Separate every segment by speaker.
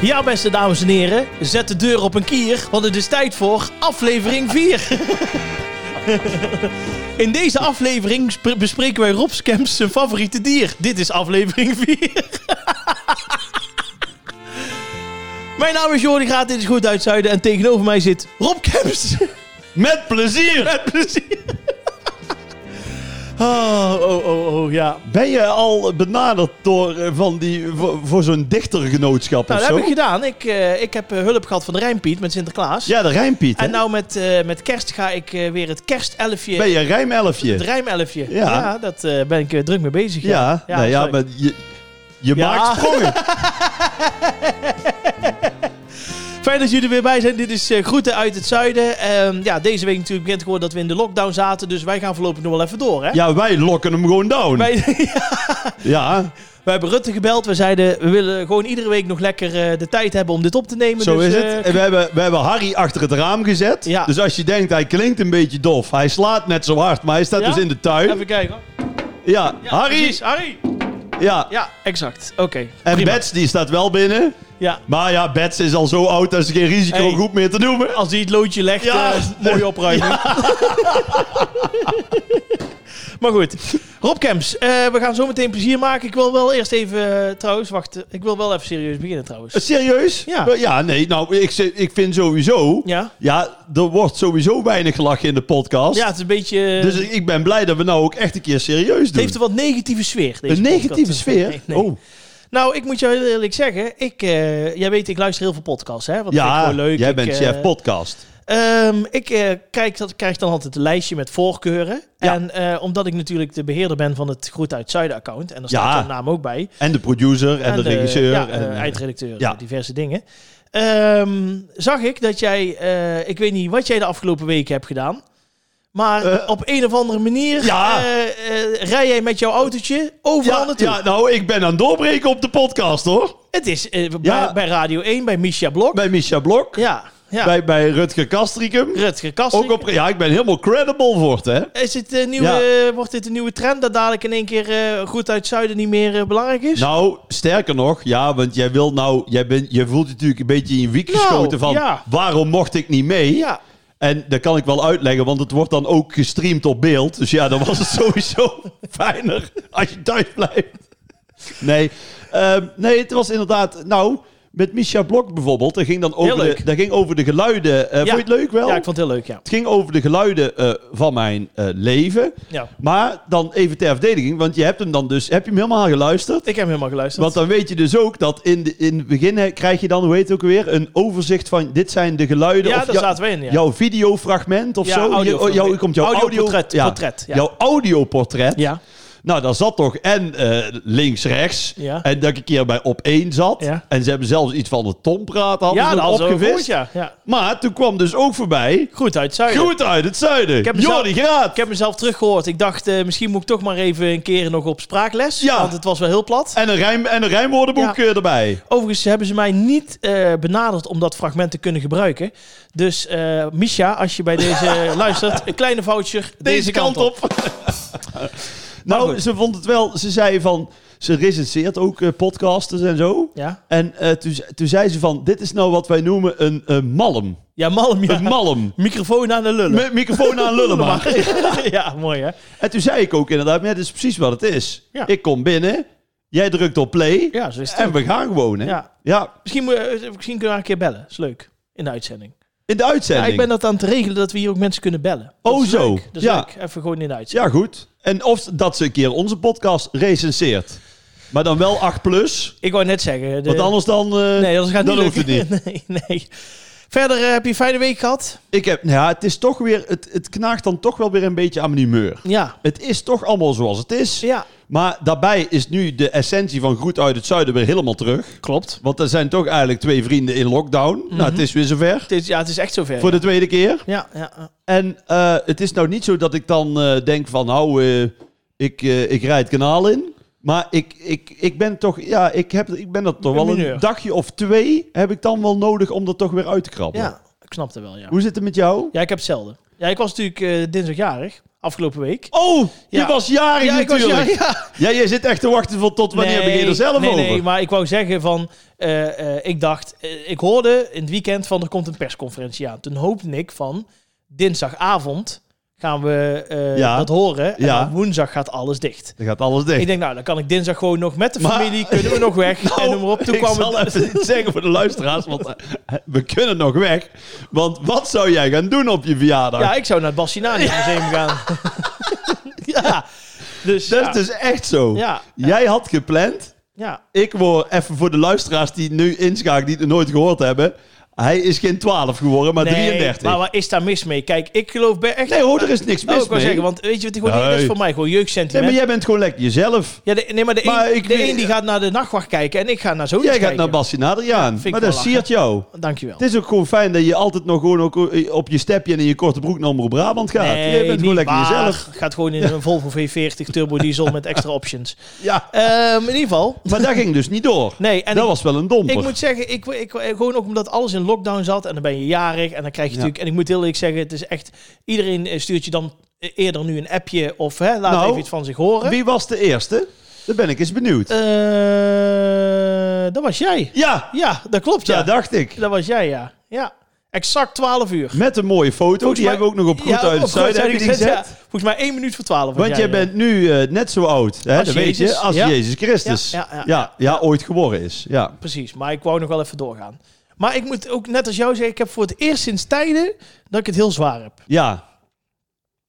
Speaker 1: Ja, beste dames en heren, zet de deur op een kier, want het is tijd voor aflevering 4. In deze aflevering sp- bespreken wij Rob Scamps zijn favoriete dier. Dit is aflevering 4. Mijn naam is Jordi Graat, dit is Goed Uit Zuiden en tegenover mij zit Rob Kemps.
Speaker 2: Met plezier!
Speaker 1: Met plezier. Oh, oh, oh, oh, ja.
Speaker 2: Ah, Ben je al benaderd door eh, van die, voor, voor zo'n dichtergenootschap
Speaker 1: Nou,
Speaker 2: of
Speaker 1: dat
Speaker 2: zo?
Speaker 1: heb ik gedaan. Ik, eh, ik heb eh, hulp gehad van de Rijnpiet met Sinterklaas.
Speaker 2: Ja, de Rijmpiet. hè?
Speaker 1: En nou met, eh, met kerst ga ik eh, weer het kerstelfje,
Speaker 2: ben je een
Speaker 1: het
Speaker 2: rijmelfje?
Speaker 1: rijmelfje. Ja,
Speaker 2: Ja.
Speaker 1: dat eh, ben ik eh, druk mee bezig.
Speaker 2: Ja, nou ja,
Speaker 1: sorry.
Speaker 2: maar je, je
Speaker 1: Ja.
Speaker 2: maakt sprongen.
Speaker 1: Fijn dat jullie er weer bij zijn. Dit is eh, Groeten uit het Zuiden. Ehm, ja, deze week natuurlijk bekend geworden dat we in de lockdown zaten. Dus wij gaan voorlopig nog wel even door, hè?
Speaker 2: Ja, wij lokken hem gewoon down.
Speaker 1: Wij,
Speaker 2: Ja,
Speaker 1: wij hebben Rutte gebeld. We zeiden, we willen gewoon iedere week nog lekker eh, de tijd hebben om dit op te nemen.
Speaker 2: zo
Speaker 1: dus,
Speaker 2: is
Speaker 1: eh,
Speaker 2: het. En we hebben, we hebben Harry achter het raam gezet.
Speaker 1: Ja.
Speaker 2: Dus als je denkt, hij klinkt een beetje dof. Hij slaat net zo hard, maar hij staat
Speaker 1: Ja?
Speaker 2: dus in de tuin.
Speaker 1: Even kijken. hoor.
Speaker 2: Ja,
Speaker 1: Ja,
Speaker 2: Harry.
Speaker 1: precies. Harry!
Speaker 2: Ja.
Speaker 1: Ja, exact. Oké,
Speaker 2: En
Speaker 1: prima.
Speaker 2: Bets, die staat wel binnen.
Speaker 1: Ja.
Speaker 2: Maar ja, Bets is al zo oud, dat is geen
Speaker 1: Hey.
Speaker 2: risicogroep meer te noemen.
Speaker 1: Als hij het loodje legt,
Speaker 2: Ja.
Speaker 1: eh, mooie opruiming. maar goed, Rob Kemps, eh, we gaan zo meteen plezier maken. Ik wil wel eerst even, eh, trouwens, wacht, eh, ik wil wel even serieus beginnen trouwens.
Speaker 2: Serieus?
Speaker 1: Ja.
Speaker 2: Ja, nee, nou, ik, zeg- ik vind sowieso... Ja.
Speaker 1: Ja,
Speaker 2: er wordt sowieso weinig gelachen in de podcast.
Speaker 1: ja het is een beetje, eh,
Speaker 2: Dus ik ben blij dat we nou ook echt een keer serieus
Speaker 1: het
Speaker 2: doen.
Speaker 1: heeft een wat negatieve sfeer. Deze
Speaker 2: een negatieve
Speaker 1: podcast. dus
Speaker 2: sfeer?
Speaker 1: Nee, nee.
Speaker 2: Oh,
Speaker 1: Nou, ik moet jou heel eerlijk zeggen, ik, eh, jij weet, ik luister heel veel podcasts, hè? Want vind ik
Speaker 2: ja,
Speaker 1: gewoon leuk.
Speaker 2: jij
Speaker 1: Ik,
Speaker 2: bent
Speaker 1: eh,
Speaker 2: chef podcast.
Speaker 1: Ehm, ik eh, kijk, dat, krijg dan altijd een lijstje met voorkeuren.
Speaker 2: Ja.
Speaker 1: En eh, omdat ik natuurlijk de beheerder ben van het Groet uit Zuiden account, en daar staat
Speaker 2: Ja.
Speaker 1: jouw naam ook bij.
Speaker 2: En de producer en, de, regisseur.
Speaker 1: ja,
Speaker 2: en,
Speaker 1: eh, eindredacteur,
Speaker 2: ja.
Speaker 1: diverse dingen. Ehm, zag ik dat jij, eh, ik weet niet wat jij de afgelopen weken hebt gedaan, maar
Speaker 2: Eh,
Speaker 1: op een of andere manier
Speaker 2: Ja.
Speaker 1: eh, eh, rij jij met jouw autootje overal
Speaker 2: ja,
Speaker 1: naartoe.
Speaker 2: ja, nou, ik ben aan het doorbreken op de podcast, hoor.
Speaker 1: Het is eh,
Speaker 2: Ja.
Speaker 1: bij, bij Radio 1, bij Misha Blok.
Speaker 2: Bij Misha Blok,
Speaker 1: ja, ja.
Speaker 2: bij, bij Rutger Kastricum.
Speaker 1: Rutger Kassel.
Speaker 2: Ook op, ja, ik ben helemaal credible voor het, hè.
Speaker 1: Is dit een nieuwe, eh, wordt dit een nieuwe trend dat dadelijk in één keer eh, goed uit het zuiden niet meer eh, belangrijk is?
Speaker 2: Nou, sterker nog, ja, want jij wil nou, jij, bent, jij voelt je natuurlijk een beetje in je wiek
Speaker 1: Nou,
Speaker 2: geschoten van
Speaker 1: ja.
Speaker 2: waarom mocht ik niet mee?
Speaker 1: ja.
Speaker 2: En dat kan ik wel uitleggen, want het wordt dan ook gestreamd op beeld. Dus ja, dan was het sowieso fijner als je thuis blijft. Nee, ehm, nee het was inderdaad, nou, met Misha Blok bijvoorbeeld, dat ging dan over,
Speaker 1: Heel leuk.
Speaker 2: de, dat ging over de geluiden. Eh,
Speaker 1: Ja.
Speaker 2: Vond je het leuk wel?
Speaker 1: ja, ik vond het heel leuk, ja.
Speaker 2: Het ging over de geluiden eh, van mijn eh, leven.
Speaker 1: ja.
Speaker 2: Maar dan even ter verdediging, want je hebt hem dan dus, heb je hem helemaal geluisterd?
Speaker 1: Ik heb hem helemaal geluisterd.
Speaker 2: Want dan weet je dus ook dat in, de, in het begin hè, krijg je dan, hoe heet het ook weer, een overzicht van dit zijn de geluiden.
Speaker 1: ja,
Speaker 2: of
Speaker 1: daar
Speaker 2: jou-
Speaker 1: zaten we in, ja.
Speaker 2: Jouw videofragment of
Speaker 1: Ja,
Speaker 2: zo.
Speaker 1: audio-
Speaker 2: Je- oh, jou- hier komt jouw audio,
Speaker 1: audioportret,
Speaker 2: ja,
Speaker 1: portret, ja.
Speaker 2: Jouw audioportret.
Speaker 1: ja.
Speaker 2: Nou, daar zat toch en eh, links-rechts.
Speaker 1: Ja.
Speaker 2: En dat ik een keer bij op één zat.
Speaker 1: Ja.
Speaker 2: En ze hebben zelfs iets van de tompraat hadden
Speaker 1: Ja,
Speaker 2: ze
Speaker 1: dat
Speaker 2: nog
Speaker 1: was ook
Speaker 2: opgevist.
Speaker 1: goed, ja. ja.
Speaker 2: Maar toen kwam dus ook voorbij.
Speaker 1: Goed uit Zuiden.
Speaker 2: Groet uit het zuiden.
Speaker 1: heb mezelf-
Speaker 2: Jordi Graat.
Speaker 1: Ik heb mezelf teruggehoord. Ik dacht, eh, misschien moet ik toch maar even een keer nog op spraakles.
Speaker 2: Ja.
Speaker 1: Want het was wel heel plat.
Speaker 2: En een, rijm, en een rijmwoordenboek eh, erbij.
Speaker 1: Overigens hebben ze mij niet eh, benaderd om dat fragment te kunnen gebruiken. Dus eh Misha, als je bij deze luistert, een kleine voucher deze,
Speaker 2: deze, kant, op.
Speaker 1: Maar
Speaker 2: nou,
Speaker 1: goed.
Speaker 2: ze vond het wel. Ze zei van. Ze recenseert ook eh, podcasters en zo.
Speaker 1: Ja,
Speaker 2: En eh, toen, ze- toen zei ze van: Dit is nou wat wij noemen een, eh, malm.
Speaker 1: ja malm. Ja.
Speaker 2: Een malm.
Speaker 1: Microfoon aan de lullen.
Speaker 2: Met microfoon aan lullen maar.
Speaker 1: ja, mooi hè?
Speaker 2: En toen zei ik ook inderdaad: maar ja, Dit is precies wat het is.
Speaker 1: Ja.
Speaker 2: Ik kom binnen. Jij drukt op play.
Speaker 1: Ja, zo is het.
Speaker 2: En we gaan gewoon. Hè?
Speaker 1: Ja. Eh, Misschien, moet- eh, misschien kunnen we haar een keer bellen. Is leuk. In de uitzending.
Speaker 2: In de
Speaker 1: Ja,
Speaker 2: uitzending.
Speaker 1: ik ben dat aan het regelen dat we hier ook mensen kunnen bellen. Dat
Speaker 2: Oh,
Speaker 1: is
Speaker 2: zo.
Speaker 1: leuk. Dat is
Speaker 2: Ja.
Speaker 1: leuk. Even gewoon in de uitzending.
Speaker 2: Ja, goed. En of dat ze een keer onze podcast recenseert. Maar dan wel 8 plus.
Speaker 1: Ik wou net zeggen. de-
Speaker 2: Want anders dan. eh,
Speaker 1: nee, dat gaat niet
Speaker 2: dan hoeft
Speaker 1: lukken.
Speaker 2: het
Speaker 1: nee, nee. Verder eh, heb je een fijne week gehad?
Speaker 2: Ik heb, nou ja, het is toch weer, het, het knaagt dan toch wel weer een beetje aan mijn humeur.
Speaker 1: Ja.
Speaker 2: Het is toch allemaal zoals het is.
Speaker 1: Ja,
Speaker 2: Maar daarbij is nu de essentie van Groet uit het Zuiden weer helemaal terug.
Speaker 1: klopt.
Speaker 2: Want er zijn toch eigenlijk twee vrienden in lockdown.
Speaker 1: Mhm.
Speaker 2: Nou, het is weer zover.
Speaker 1: Het is, ja, het is echt zover.
Speaker 2: Voor de tweede keer.
Speaker 1: ja, ja, ja.
Speaker 2: En eh, het is nou niet zo dat ik dan eh, denk van, nou, eh, ik, eh, ik rijd het kanaal in. Maar ik, ik, ik ben toch, ja, ik, heb, ik ben dat toch
Speaker 1: ben
Speaker 2: wel
Speaker 1: mineur.
Speaker 2: een dagje of twee heb ik dan wel nodig om dat toch weer uit te krabbelen.
Speaker 1: ja, ik snap het wel, ja.
Speaker 2: Hoe zit het met jou?
Speaker 1: Ja, ik heb hetzelfde. Ja, ik was natuurlijk eh dinsdagjarig. Afgelopen week.
Speaker 2: Oh, je
Speaker 1: Ja.
Speaker 2: was jarig
Speaker 1: ik was-
Speaker 2: natuurlijk.
Speaker 1: ja.
Speaker 2: Ja, jij zit echt te wachten van tot wanneer
Speaker 1: Nee,
Speaker 2: begin je er zelf
Speaker 1: nee,
Speaker 2: over?
Speaker 1: Nee, maar ik wou zeggen van... eh, eh, ik dacht, eh, ik hoorde in het weekend van er komt een persconferentie aan. Toen hoopte ik van dinsdagavond gaan we eh,
Speaker 2: Ja.
Speaker 1: dat horen. En
Speaker 2: Ja.
Speaker 1: dan woensdag gaat alles dicht.
Speaker 2: Dan gaat alles dicht.
Speaker 1: Ik denk, nou, dan kan ik dinsdag gewoon nog met de
Speaker 2: Maar- Nou,
Speaker 1: familie, kunnen we nog weg. en noem maar op. Toen
Speaker 2: ik
Speaker 1: kwam
Speaker 2: zal
Speaker 1: het,
Speaker 2: even dit zeggen voor de luisteraars, want eh, we kunnen nog weg. Want wat zou jij gaan doen op je verjaardag?
Speaker 1: Ja, ik zou naar het Bassinani Museum gaan. ja, dus
Speaker 2: dat
Speaker 1: ja.
Speaker 2: is dus echt zo.
Speaker 1: ja,
Speaker 2: Jij had gepland,
Speaker 1: ja.
Speaker 2: ik word even voor de luisteraars die nu inschakelen, die het nooit gehoord hebben. Hij is geen 12 geworden, maar
Speaker 1: Nee,
Speaker 2: 33.
Speaker 1: Maar wat is daar mis mee? Kijk, ik geloof bij echt...
Speaker 2: nee hoor, er is niks
Speaker 1: Oh,
Speaker 2: mis
Speaker 1: ik wou
Speaker 2: mee.
Speaker 1: zeggen, want weet je wat ik gewoon
Speaker 2: Nee.
Speaker 1: dat is voor mij gewoon
Speaker 2: nee,
Speaker 1: jeugdsentiment.
Speaker 2: maar jij bent gewoon lekker jezelf.
Speaker 1: Ja, de- nee, maar de,
Speaker 2: Maar
Speaker 1: een,
Speaker 2: ik
Speaker 1: de
Speaker 2: weet-
Speaker 1: een die gaat naar de nachtwacht kijken en ik ga naar zo'n
Speaker 2: Jij gaat
Speaker 1: kijken.
Speaker 2: naar Bassie Nadriaan.
Speaker 1: vind ik
Speaker 2: maar
Speaker 1: wel
Speaker 2: dat
Speaker 1: lachen.
Speaker 2: siert jou.
Speaker 1: Dankjewel.
Speaker 2: Het is ook gewoon fijn dat je altijd nog gewoon ook eh, op je stepje en in je korte broek naar Omroep Brabant gaat.
Speaker 1: Nee,
Speaker 2: je bent
Speaker 1: niet
Speaker 2: gewoon lekker
Speaker 1: waar.
Speaker 2: jezelf.
Speaker 1: Gaat gewoon in een Volvo V40 turbo diesel met extra options.
Speaker 2: Ja.
Speaker 1: Ehm, in ieder geval.
Speaker 2: Maar dat ging dus niet door.
Speaker 1: Nee, en
Speaker 2: dat
Speaker 1: ik-
Speaker 2: was wel een domper.
Speaker 1: Ik moet zeggen, ik, ik, eh, gewoon ook omdat alles in lockdown zat en dan ben je jarig en dan krijg je
Speaker 2: Ja.
Speaker 1: natuurlijk. En ik moet heel eerlijk zeggen, het is echt. Iedereen eh, stuurt je dan eh, eerder nu een appje of hè, laat
Speaker 2: Nou,
Speaker 1: even iets van zich horen.
Speaker 2: Wie was de eerste? Daar ben ik eens benieuwd.
Speaker 1: Eh, dat was jij.
Speaker 2: ja,
Speaker 1: Ja, dat klopt. Ja,
Speaker 2: ja, dacht ik.
Speaker 1: dat was jij, ja. Ja, exact 12 uur.
Speaker 2: Met een mooie foto.
Speaker 1: Volgens
Speaker 2: die
Speaker 1: mij-
Speaker 2: hebben we ook nog op Goed
Speaker 1: Ja,
Speaker 2: uit
Speaker 1: op
Speaker 2: het Zuiden
Speaker 1: Goed
Speaker 2: heb je die
Speaker 1: Zuid, ja.
Speaker 2: gezet.
Speaker 1: Volgens mij 1 minuut voor 12. was
Speaker 2: Want jij
Speaker 1: ja.
Speaker 2: bent nu eh, net zo oud, hè?
Speaker 1: Als
Speaker 2: dat weet je,
Speaker 1: Jezus,
Speaker 2: als
Speaker 1: ja.
Speaker 2: Jezus Christus.
Speaker 1: Ja, ja, ja.
Speaker 2: ja, ooit geworden is. Ja.
Speaker 1: Precies, maar ik wou nog wel even doorgaan. Maar ik moet ook net als jou zeggen, ik heb voor het eerst sinds tijden dat ik het heel zwaar heb.
Speaker 2: Ja.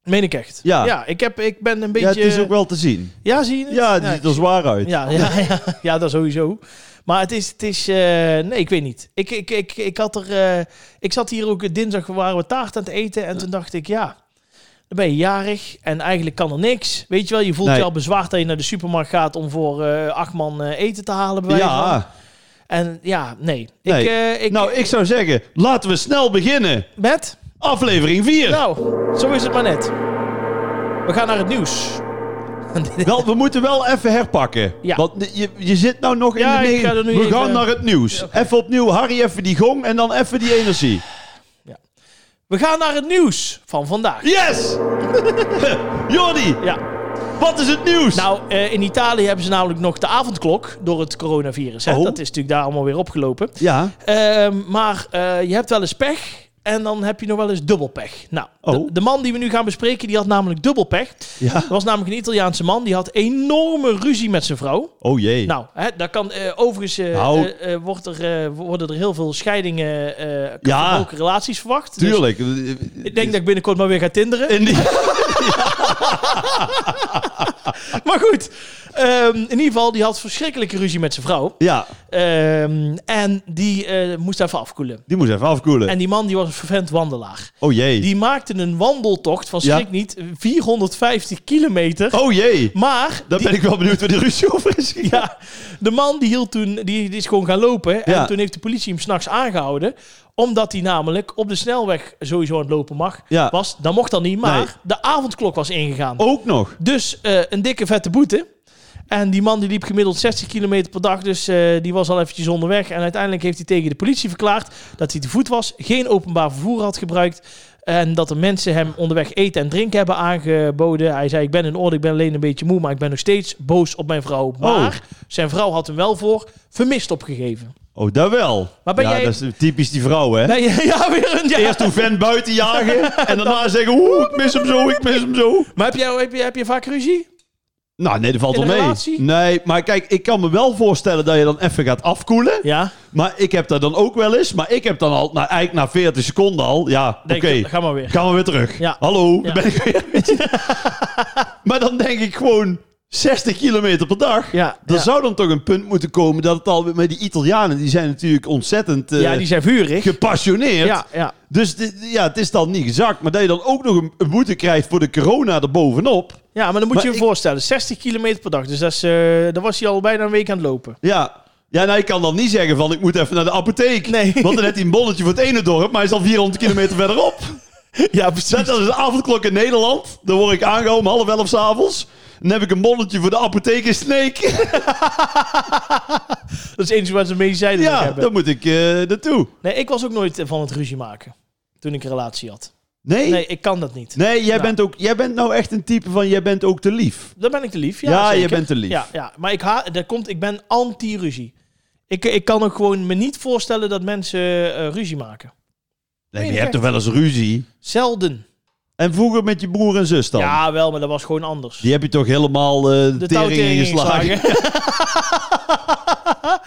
Speaker 1: Meen ik echt.
Speaker 2: Ja.
Speaker 1: ja ik, heb, ik ben een beetje...
Speaker 2: ja, het is ook wel te zien.
Speaker 1: Ja, zie je het?
Speaker 2: Ja, die
Speaker 1: ja,
Speaker 2: ziet er zwaar uit.
Speaker 1: ja, ja, ja, ja, dat sowieso. Maar het is... Het is eh, nee, ik weet niet. Ik, ik, ik, ik, had er, eh, ik zat hier ook eh, dinsdag, waren we taart aan het eten. En toen dacht ik, ja, dan ben je jarig en eigenlijk kan er niks. Weet je wel, je voelt
Speaker 2: Nee.
Speaker 1: je al bezwaar dat je naar de supermarkt gaat om voor eh, acht man eh, eten te halen. Bij wijze van.
Speaker 2: ja.
Speaker 1: En ja, nee.
Speaker 2: Nee.
Speaker 1: Ik, eh, ik,
Speaker 2: nou, ik zou zeggen, laten we snel beginnen.
Speaker 1: Met?
Speaker 2: Aflevering 4.
Speaker 1: Nou, zo is het maar net. We gaan naar het nieuws.
Speaker 2: Wel, we moeten wel even herpakken.
Speaker 1: Ja.
Speaker 2: Want je, je zit nou nog
Speaker 1: Ja,
Speaker 2: in de
Speaker 1: ik
Speaker 2: negen-
Speaker 1: ga er nu
Speaker 2: We
Speaker 1: even-
Speaker 2: gaan naar het nieuws. Even opnieuw, Harry, even die gong en dan even die energie.
Speaker 1: We gaan naar het nieuws van vandaag.
Speaker 2: Yes! Jordi,
Speaker 1: Ja.
Speaker 2: wat is het nieuws?
Speaker 1: Nou, eh, in Italië hebben ze namelijk nog de avondklok door het coronavirus. Hè?
Speaker 2: Oh.
Speaker 1: Dat is natuurlijk daar allemaal weer opgelopen.
Speaker 2: ja,
Speaker 1: Ehm, maar eh, je hebt wel eens pech en dan heb je nog wel eens dubbel pech. Nou, de-
Speaker 2: Oh.
Speaker 1: de, man die we nu gaan bespreken, die had namelijk dubbel pech.
Speaker 2: ja.
Speaker 1: Dat was namelijk een Italiaanse man, die had enorme ruzie met zijn vrouw.
Speaker 2: Oh jee.
Speaker 1: Nou, hè, dat kan, eh, overigens eh,
Speaker 2: Nou.
Speaker 1: eh, eh, wordt er, eh, worden er heel veel scheidingen, eh
Speaker 2: Ja.
Speaker 1: verbroken relaties verwacht. Dus
Speaker 2: Tuurlijk.
Speaker 1: ik denk dat ik binnenkort maar weer ga tinderen.
Speaker 2: In die...
Speaker 1: Maar goed, ehm, in ieder geval, die had verschrikkelijke ruzie met zijn vrouw.
Speaker 2: Ja,
Speaker 1: Ehm, en die eh, moest even afkoelen.
Speaker 2: die moet even afkoelen.
Speaker 1: En die man die was een vervent wandelaar.
Speaker 2: Oh jee.
Speaker 1: Die maakte een wandeltocht van
Speaker 2: Ja.
Speaker 1: schrik niet 450 kilometer.
Speaker 2: Oh jee.
Speaker 1: Maar
Speaker 2: Dan
Speaker 1: die-
Speaker 2: ben ik wel benieuwd waar die ruzie over is gegaan.
Speaker 1: ja, de man die hield toen, die, die is gewoon gaan lopen.
Speaker 2: Ja.
Speaker 1: En toen heeft de politie hem s'nachts aangehouden. Omdat hij namelijk op de snelweg sowieso aan het lopen mag.
Speaker 2: Ja.
Speaker 1: Was, dat mocht dan niet, maar
Speaker 2: Nee.
Speaker 1: de avondklok was ingegaan.
Speaker 2: Ook nog.
Speaker 1: Dus eh, een dikke vette boete. En die man die liep gemiddeld 60 kilometer per dag, dus eh, die was al eventjes onderweg. En uiteindelijk heeft hij tegen de politie verklaard dat hij te voet was, geen openbaar vervoer had gebruikt. En dat de mensen hem onderweg eten en drinken hebben aangeboden. Hij zei, ik ben in orde, ik ben alleen een beetje moe, maar ik ben nog steeds boos op mijn vrouw. Maar zijn vrouw had hem wel voor vermist opgegeven.
Speaker 2: Oh, dat wel.
Speaker 1: Maar ben
Speaker 2: ja,
Speaker 1: jij-
Speaker 2: dat is typisch die vrouw, hè?
Speaker 1: Nee, ja, weer een... Ja.
Speaker 2: Eerst hoe vent buiten jagen en daarna zeggen, oeh, ik mis hem zo, ik mis hem zo.
Speaker 1: Maar heb, jij, heb, je, heb je vaak ruzie?
Speaker 2: Nou, nee, dat valt
Speaker 1: In
Speaker 2: wel
Speaker 1: een
Speaker 2: mee.
Speaker 1: relatie?
Speaker 2: Nee, maar kijk, ik kan me wel voorstellen dat je dan even gaat afkoelen.
Speaker 1: Ja.
Speaker 2: Maar ik heb dat dan ook wel eens. Maar ik heb dan al, nou, eigenlijk na 40 seconden al, ja, oké,
Speaker 1: Denk, Ga maar weer.
Speaker 2: gaan we weer terug.
Speaker 1: Ja.
Speaker 2: Hallo,
Speaker 1: Ja.
Speaker 2: daar ben ik weer. Weet je? maar dan denk ik gewoon 60 kilometer per dag.
Speaker 1: Ja,
Speaker 2: Er
Speaker 1: ja.
Speaker 2: zou dan toch een punt moeten komen dat het al met die Italianen, die zijn natuurlijk ontzettend eh,
Speaker 1: ja, die zijn vurig.
Speaker 2: gepassioneerd.
Speaker 1: Ja, ja.
Speaker 2: Dus dit- ja, het is dan niet gezakt. Maar dat je dan ook nog een, een boete krijgt voor de corona erbovenop.
Speaker 1: Ja, maar dan moet
Speaker 2: Maar
Speaker 1: je je
Speaker 2: ik-
Speaker 1: voorstellen, 60 kilometer per dag. Dus dat is, eh, dan was hij al bijna een week aan het lopen.
Speaker 2: Ja. Ja, nou, ik kan dan niet zeggen van ik moet even naar de apotheek.
Speaker 1: Nee.
Speaker 2: Want dan heeft hij een bonnetje voor het ene dorp, maar hij is al 400 kilometer verderop.
Speaker 1: Ja, precies.
Speaker 2: Zet dat is een avondklok in Nederland. Dan word ik aangehouden om half elf s'avonds. Dan heb ik een bonnetje voor de apotheek in Sneek.
Speaker 1: Dat is het enige wat ze medicijnen nog
Speaker 2: Ja,
Speaker 1: hebben.
Speaker 2: dan moet ik eh naartoe.
Speaker 1: Nee, ik was ook nooit eh, van het ruzie maken. Toen ik een relatie had.
Speaker 2: Nee?
Speaker 1: Nee,
Speaker 2: Nee,
Speaker 1: ik kan dat niet.
Speaker 2: jij,
Speaker 1: Nou.
Speaker 2: bent ook, jij bent nou echt een type van, jij bent ook te lief.
Speaker 1: Dan ben ik te lief. Ja,
Speaker 2: Ja, je
Speaker 1: zeker.
Speaker 2: bent te lief.
Speaker 1: Ja, ja. maar ik, ha daar komt, ik ben anti-ruzie. Ik, ik kan ook gewoon me niet voorstellen dat mensen eh, ruzie maken. Nee,
Speaker 2: Nee, maar je hebt
Speaker 1: echt.
Speaker 2: toch wel eens ruzie?
Speaker 1: Zelden.
Speaker 2: En vroeger met je broer en zus dan?
Speaker 1: Ja, wel, maar dat was gewoon anders.
Speaker 2: Die heb je toch helemaal eh, de, tering in geslagen?
Speaker 1: ingeslagen.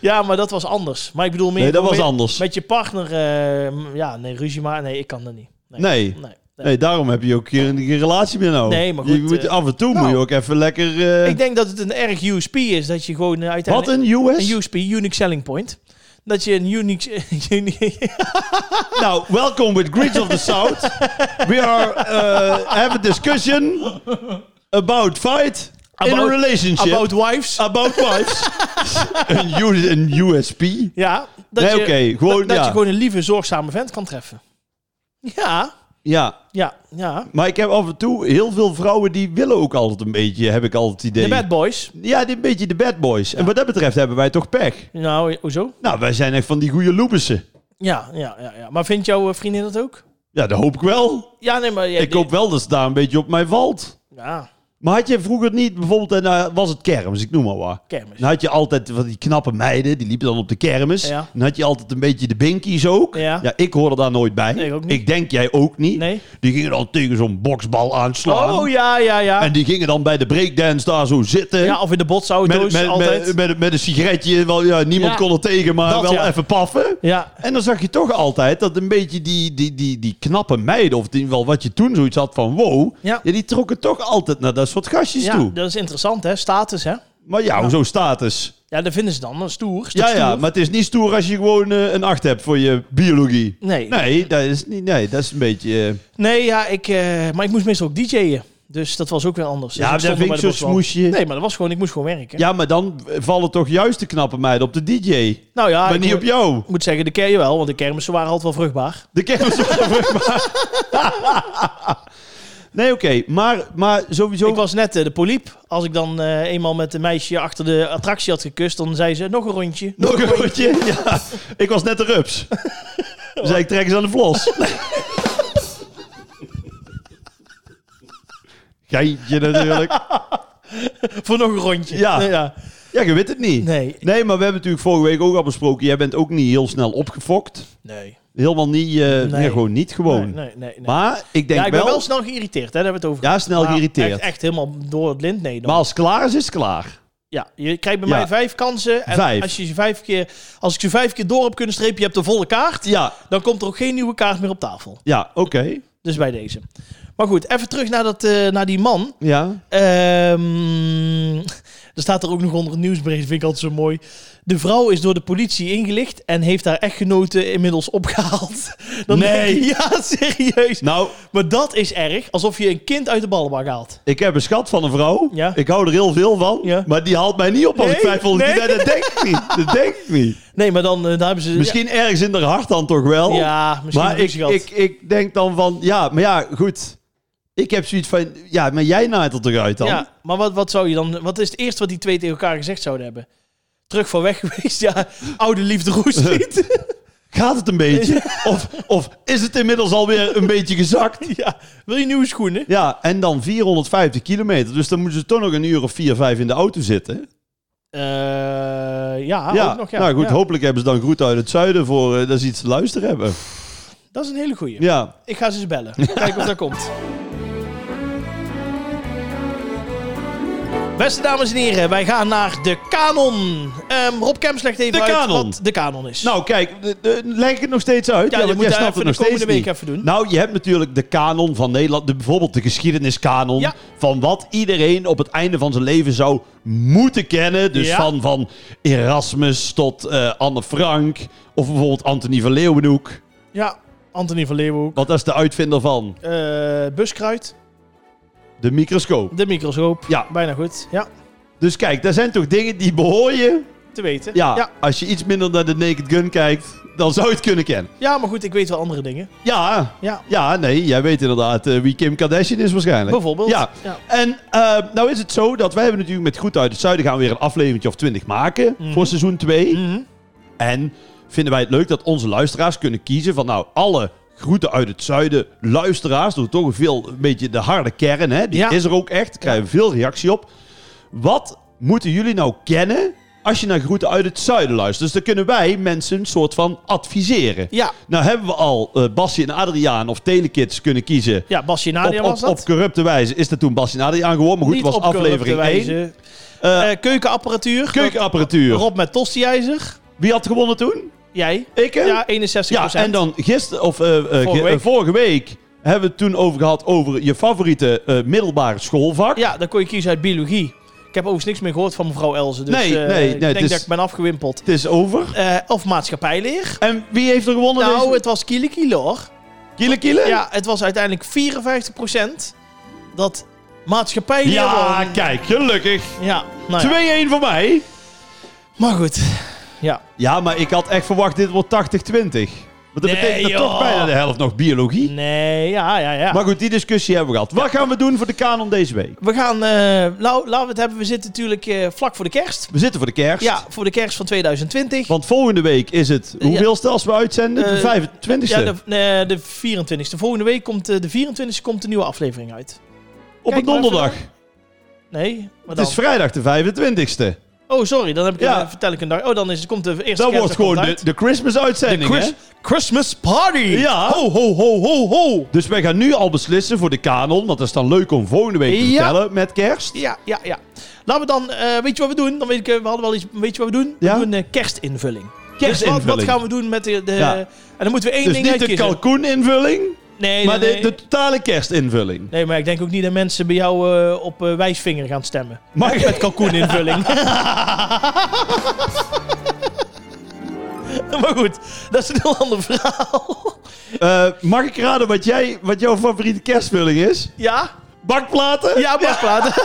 Speaker 1: ja, maar dat was anders. Maar ik bedoel meer
Speaker 2: Nee, dat was
Speaker 1: met,
Speaker 2: anders.
Speaker 1: met je partner. eh, m- ja, nee, ruzie maar. Nee, ik kan dat niet.
Speaker 2: Nee.
Speaker 1: nee, nee.
Speaker 2: Nee, daarom heb je ook geen, geen relatie meer nou.
Speaker 1: Nee, maar
Speaker 2: Je
Speaker 1: goed,
Speaker 2: moet,
Speaker 1: eh,
Speaker 2: af en toe
Speaker 1: nou.
Speaker 2: moet je ook even lekker... eh,
Speaker 1: Ik denk dat het een erg USP is dat je gewoon eh,
Speaker 2: wat,
Speaker 1: uiteindelijk...
Speaker 2: een US?
Speaker 1: Een USP, unique selling point. Dat je een unique... unique-
Speaker 2: nou, welkom with Greens of the South. We are eh have a discussion about fight in a
Speaker 1: About-
Speaker 2: relationship.
Speaker 1: about wives.
Speaker 2: about wives. een, U- een USP.
Speaker 1: Ja, dat,
Speaker 2: Nee,
Speaker 1: je,
Speaker 2: oké, gewoon,
Speaker 1: dat, dat
Speaker 2: ja.
Speaker 1: je gewoon een lieve, zorgzame vent kan treffen. Ja,
Speaker 2: Ja,
Speaker 1: ja, ja.
Speaker 2: maar ik heb af en toe heel veel vrouwen die willen ook altijd een beetje, heb ik altijd het idee.
Speaker 1: De bad boys.
Speaker 2: Ja, die- een beetje de bad boys. En wat dat betreft hebben wij toch pech.
Speaker 1: Nou, hoezo?
Speaker 2: Nou, wij zijn echt van die goede loepensen.
Speaker 1: Ja, ja, ja, ja. Maar vindt jouw eh, vriendin dat ook?
Speaker 2: Ja, dat hoop ik wel.
Speaker 1: Ja, nee, maar... ja,
Speaker 2: Ik
Speaker 1: die-
Speaker 2: hoop wel dat ze daar een beetje op mij valt.
Speaker 1: Ja,
Speaker 2: Maar had je vroeger niet, bijvoorbeeld, en eh, was het kermis, ik noem maar wat.
Speaker 1: kermis.
Speaker 2: Dan had je altijd van die knappe meiden, die liepen dan op de kermis.
Speaker 1: Ja.
Speaker 2: Dan had je altijd een beetje de binkies ook.
Speaker 1: Ja.
Speaker 2: ik hoorde daar nooit bij.
Speaker 1: Nee, ik ook niet.
Speaker 2: denk jij ook niet.
Speaker 1: Nee.
Speaker 2: Die gingen dan tegen zo'n boksbal aanslaan.
Speaker 1: Oh, ja, ja, ja.
Speaker 2: En die gingen dan bij de breakdance daar zo zitten.
Speaker 1: ja, of in de botsauto's
Speaker 2: met, met, met,
Speaker 1: altijd.
Speaker 2: met, met, een sigaretje. Wel, ja, niemand
Speaker 1: Ja.
Speaker 2: kon er tegen, maar
Speaker 1: Dat,
Speaker 2: wel
Speaker 1: ja.
Speaker 2: even paffen.
Speaker 1: ja,
Speaker 2: En dan zag je toch altijd dat een beetje die, die, die, die knappe meiden, of in ieder geval wat je toen zoiets had van wow,
Speaker 1: Ja.
Speaker 2: die trokken toch altijd naar dat soort gastjes
Speaker 1: ja,
Speaker 2: toe.
Speaker 1: dat is interessant, hè? Status, hè?
Speaker 2: Maar ja, hoezo status?
Speaker 1: Ja, dat vinden ze dan een stoer. stuk
Speaker 2: Ja,
Speaker 1: stoer.
Speaker 2: ja, maar het is niet stoer als je gewoon eh, een acht hebt voor je biologie.
Speaker 1: Nee, nee,
Speaker 2: Nee, dat is, niet, nee, dat is een beetje... eh,
Speaker 1: ja, ik, eh, maar ik moest meestal ook DJ'en. Dus dat was ook weer anders. Dus
Speaker 2: ja,
Speaker 1: ik
Speaker 2: dat
Speaker 1: stond
Speaker 2: vind ik
Speaker 1: nog bij
Speaker 2: zo'n
Speaker 1: de botswand.
Speaker 2: smoesje.
Speaker 1: Nee, maar dat was gewoon, ik moest gewoon werken.
Speaker 2: Ja, maar dan vallen toch juist de knappe meiden op de DJ.
Speaker 1: Nou ja,
Speaker 2: maar
Speaker 1: ik
Speaker 2: niet
Speaker 1: moet-
Speaker 2: op jou.
Speaker 1: Ik moet zeggen, de kermis wel, want de kermissen waren altijd wel vruchtbaar.
Speaker 2: De kermis was Nee, oké. Maar, maar sowieso...
Speaker 1: Ik was net eh, de poliep. Als ik dan eh, eenmaal met een meisje achter de attractie had gekust, dan zei ze nog een rondje.
Speaker 2: Nog een rondje? Ja. Ik was net de rups. Dus ik trek eens aan de vlos. Geintje natuurlijk.
Speaker 1: Voor nog een rondje.
Speaker 2: Ja.
Speaker 1: Nee, ja.
Speaker 2: Ja, je weet het niet.
Speaker 1: Nee.
Speaker 2: Nee, maar we hebben natuurlijk vorige week ook al besproken. Jij bent ook niet heel snel opgefokt.
Speaker 1: Nee.
Speaker 2: Helemaal niet. eh, nee, gewoon niet gewoon.
Speaker 1: Nee, nee, nee, nee.
Speaker 2: Maar ik denk
Speaker 1: ja, ik
Speaker 2: wel,
Speaker 1: ben wel snel geïrriteerd, hè? daar hebben we het over
Speaker 2: Ja, snel
Speaker 1: Maar
Speaker 2: geïrriteerd.
Speaker 1: Echt, echt helemaal door het lint, nee. Dan.
Speaker 2: Maar als het klaar is, is het klaar.
Speaker 1: Ja, je krijgt bij
Speaker 2: Ja.
Speaker 1: mij vijf kansen. En
Speaker 2: Vijf.
Speaker 1: Als, je ze vijf keer, als ik ze vijf keer door heb kunnen strepen, je hebt de volle kaart.
Speaker 2: Ja,
Speaker 1: Dan komt er ook geen nieuwe kaart meer op tafel.
Speaker 2: ja oké.
Speaker 1: Dus bij deze. Maar goed, even terug naar, dat, eh, naar die man.
Speaker 2: Ja.
Speaker 1: Ehm, er staat er ook nog onder het nieuwsbericht, vind ik altijd zo mooi. De vrouw is door de politie ingelicht en heeft haar echtgenote inmiddels opgehaald. Dan denk
Speaker 2: Nee.
Speaker 1: ik, ja, serieus.
Speaker 2: Nou,
Speaker 1: Maar dat is erg, alsof je een kind uit de ballenbak haalt.
Speaker 2: ik heb een schat van een vrouw.
Speaker 1: Ja.
Speaker 2: Ik hou er heel veel van.
Speaker 1: Ja.
Speaker 2: Maar die haalt mij niet op als
Speaker 1: Nee,
Speaker 2: ik twijfel.
Speaker 1: nee.
Speaker 2: Nee, dat denk ik niet. Dat denk ik niet.
Speaker 1: Nee, maar dan, eh, daar hebben ze...
Speaker 2: Misschien ergens in haar hart dan toch
Speaker 1: Ja,
Speaker 2: wel.
Speaker 1: ja, misschien
Speaker 2: maar
Speaker 1: hebben
Speaker 2: ik,
Speaker 1: ze gehad.
Speaker 2: ik, ik denk dan van, ja, maar ja, goed. Ik heb zoiets van, ja, maar jij naait er toch uit dan?
Speaker 1: Ja, maar wat, wat zou je dan... Wat is het eerste wat die twee tegen elkaar gezegd zouden hebben? Terug van weg geweest, ja. Oude liefde roest niet.
Speaker 2: Gaat het een beetje? of, of is het inmiddels alweer een beetje gezakt?
Speaker 1: ja, wil je nieuwe schoenen?
Speaker 2: Ja, en dan 450 kilometer. Dus dan moeten ze toch nog een uur of vier, vijf in de auto zitten.
Speaker 1: Eh, ja,
Speaker 2: ja,
Speaker 1: ook nog. Ja.
Speaker 2: nou goed,
Speaker 1: Ja.
Speaker 2: hopelijk hebben ze dan groet uit het zuiden voor eh, dat ze iets te luisteren hebben.
Speaker 1: Dat is een hele goeie.
Speaker 2: Ja.
Speaker 1: Ik ga ze eens bellen. Kijken of dat komt. Beste dames en heren, wij gaan naar de Canon. Ehm, Rob Kemps legt even
Speaker 2: De
Speaker 1: uit
Speaker 2: Canon.
Speaker 1: wat de Canon is.
Speaker 2: Nou, kijk, de- de- leg ik het nog steeds uit.
Speaker 1: Ja, je
Speaker 2: want
Speaker 1: moet
Speaker 2: jij
Speaker 1: daar
Speaker 2: snapt
Speaker 1: even
Speaker 2: het
Speaker 1: de
Speaker 2: nog
Speaker 1: komende
Speaker 2: steeds
Speaker 1: week
Speaker 2: niet.
Speaker 1: even doen.
Speaker 2: Nou, je hebt natuurlijk de kanon van Nederland, de, bijvoorbeeld de geschiedeniskanon.
Speaker 1: Ja.
Speaker 2: Van wat iedereen op het einde van zijn leven zou moeten kennen. Dus
Speaker 1: Ja.
Speaker 2: van, van Erasmus tot eh, Anne Frank. Of bijvoorbeeld Anthony van Leeuwenhoek.
Speaker 1: Ja, Anthony van Leeuwenhoek.
Speaker 2: Want dat is de uitvinder van
Speaker 1: Eh, buskruid,
Speaker 2: de microscoop.
Speaker 1: de microscoop.
Speaker 2: Ja.
Speaker 1: Bijna goed. Ja,
Speaker 2: Dus kijk, daar zijn toch dingen die behoor je.
Speaker 1: te weten.
Speaker 2: Ja,
Speaker 1: ja.
Speaker 2: als je iets minder naar de Naked Gun kijkt, dan zou je het kunnen kennen.
Speaker 1: Ja, maar goed, ik weet wel andere dingen.
Speaker 2: Ja,
Speaker 1: Ja,
Speaker 2: ja nee, jij weet inderdaad eh, wie Kim Kardashian is waarschijnlijk.
Speaker 1: bijvoorbeeld.
Speaker 2: Ja.
Speaker 1: ja.
Speaker 2: En eh, nou is het zo dat wij hebben natuurlijk met Goed uit het Zuiden gaan we weer een aflevering of 20 maken
Speaker 1: Mhm.
Speaker 2: voor seizoen 2.
Speaker 1: Mhm.
Speaker 2: En vinden wij het leuk dat onze luisteraars kunnen kiezen van nou alle Groeten uit het zuiden. Luisteraars, door toch veel een beetje de harde kern. Hè? Die
Speaker 1: Ja.
Speaker 2: is er ook echt. Krijgen we veel reactie op. Wat moeten jullie nou kennen als je naar groeten uit het zuiden luistert? Dus dan kunnen wij mensen een soort van adviseren.
Speaker 1: Ja.
Speaker 2: Nou hebben we al eh Basje en Adriaan of Telekids kunnen kiezen.
Speaker 1: Ja, Basje Nadia
Speaker 2: op,
Speaker 1: was
Speaker 2: op,
Speaker 1: dat.
Speaker 2: op corrupte wijze is dat toen Basje en Adriaan geworden. Maar goed, het was aflevering 1.
Speaker 1: Uh, keukenapparatuur.
Speaker 2: Keukenapparatuur.
Speaker 1: Rob met tostiijzer.
Speaker 2: Wie had gewonnen toen?
Speaker 1: Jij?
Speaker 2: Ik hè?
Speaker 1: Ja, 61
Speaker 2: Ja, en dan gisteren, of eh, eh, ge- eh,
Speaker 1: Vorige
Speaker 2: vorige,
Speaker 1: week.
Speaker 2: week. hebben we het toen over gehad over je favoriete eh, middelbare schoolvak.
Speaker 1: Ja, dan kon je kiezen uit biologie. Ik heb overigens niks meer gehoord van mevrouw Elze. Dus
Speaker 2: Nee,
Speaker 1: eh,
Speaker 2: nee, nee,
Speaker 1: ik
Speaker 2: het
Speaker 1: denk
Speaker 2: is-
Speaker 1: dat ik ben afgewimpeld.
Speaker 2: Het is over.
Speaker 1: Eh, of maatschappijleer.
Speaker 2: En wie heeft er gewonnen?
Speaker 1: Nou,
Speaker 2: deze?
Speaker 1: het was kiele kiele hoor.
Speaker 2: Kiele Kiele?
Speaker 1: Ja, het was uiteindelijk 54% dat maatschappijleer
Speaker 2: Ja,
Speaker 1: won.
Speaker 2: kijk, gelukkig.
Speaker 1: Ja, nou ja.
Speaker 2: 2-1 voor mij.
Speaker 1: Maar goed. Ja.
Speaker 2: Ja, maar ik had echt verwacht, dit wordt 80-20. Want dat betekent dat
Speaker 1: joh.
Speaker 2: toch bijna de helft nog biologie.
Speaker 1: Nee, ja, ja, ja.
Speaker 2: Maar goed, die discussie hebben we gehad. Wat gaan we doen voor de kanon deze week?
Speaker 1: We gaan, eh, nou, laten we het hebben. We zitten natuurlijk eh, vlak voor de kerst.
Speaker 2: We zitten voor de kerst.
Speaker 1: Ja, voor de kerst van 2020.
Speaker 2: Want volgende week is het...
Speaker 1: ja.
Speaker 2: Hoeveel stels we uitzenden?
Speaker 1: Eh,
Speaker 2: de 25e.
Speaker 1: Ja, de, eh, de 24e. Volgende week komt eh, de 24e komt een nieuwe aflevering uit.
Speaker 2: Op
Speaker 1: Kijk
Speaker 2: een
Speaker 1: maar even
Speaker 2: donderdag.
Speaker 1: Nee, maar
Speaker 2: Het
Speaker 1: dan.
Speaker 2: is vrijdag de 25e.
Speaker 1: Oh, sorry, dan heb ik
Speaker 2: Ja.
Speaker 1: eh, vertel ik een dag. Oh, dan is, komt de eerste
Speaker 2: Dat
Speaker 1: kerstdag
Speaker 2: wordt gewoon
Speaker 1: komt
Speaker 2: de,
Speaker 1: uit.
Speaker 2: de Christmas-uitzending, hè?
Speaker 1: Christmas party.
Speaker 2: Ja.
Speaker 1: Ho, ho, ho, ho, ho.
Speaker 2: Dus wij gaan nu al beslissen voor de kanon. Want dat is dan leuk om volgende week te
Speaker 1: Ja.
Speaker 2: vertellen met kerst.
Speaker 1: Ja, ja, ja. Laten we dan, eh, weet je wat we doen? Dan weet ik, eh, we hadden wel iets, weet je wat we doen?
Speaker 2: Ja?
Speaker 1: We doen een kerstinvulling.
Speaker 2: Kerstinvulling.
Speaker 1: Dus wat, wat gaan we doen met de... de
Speaker 2: Ja.
Speaker 1: En dan moeten we één
Speaker 2: Dus
Speaker 1: ding
Speaker 2: niet de
Speaker 1: uitkiezen.
Speaker 2: kalkoeninvulling,
Speaker 1: nee,
Speaker 2: maar
Speaker 1: nee,
Speaker 2: de,
Speaker 1: nee.
Speaker 2: de totale kerstinvulling.
Speaker 1: Nee, maar ik denk ook niet dat mensen bij jou eh, op eh, wijsvinger gaan stemmen.
Speaker 2: Mag ik
Speaker 1: Met kalkoeninvulling. maar goed, dat is een heel ander verhaal.
Speaker 2: Eh, mag ik raden wat, jij, wat jouw favoriete kerstvulling is?
Speaker 1: Ja?
Speaker 2: Bakplaten?
Speaker 1: Ja, bakplaten.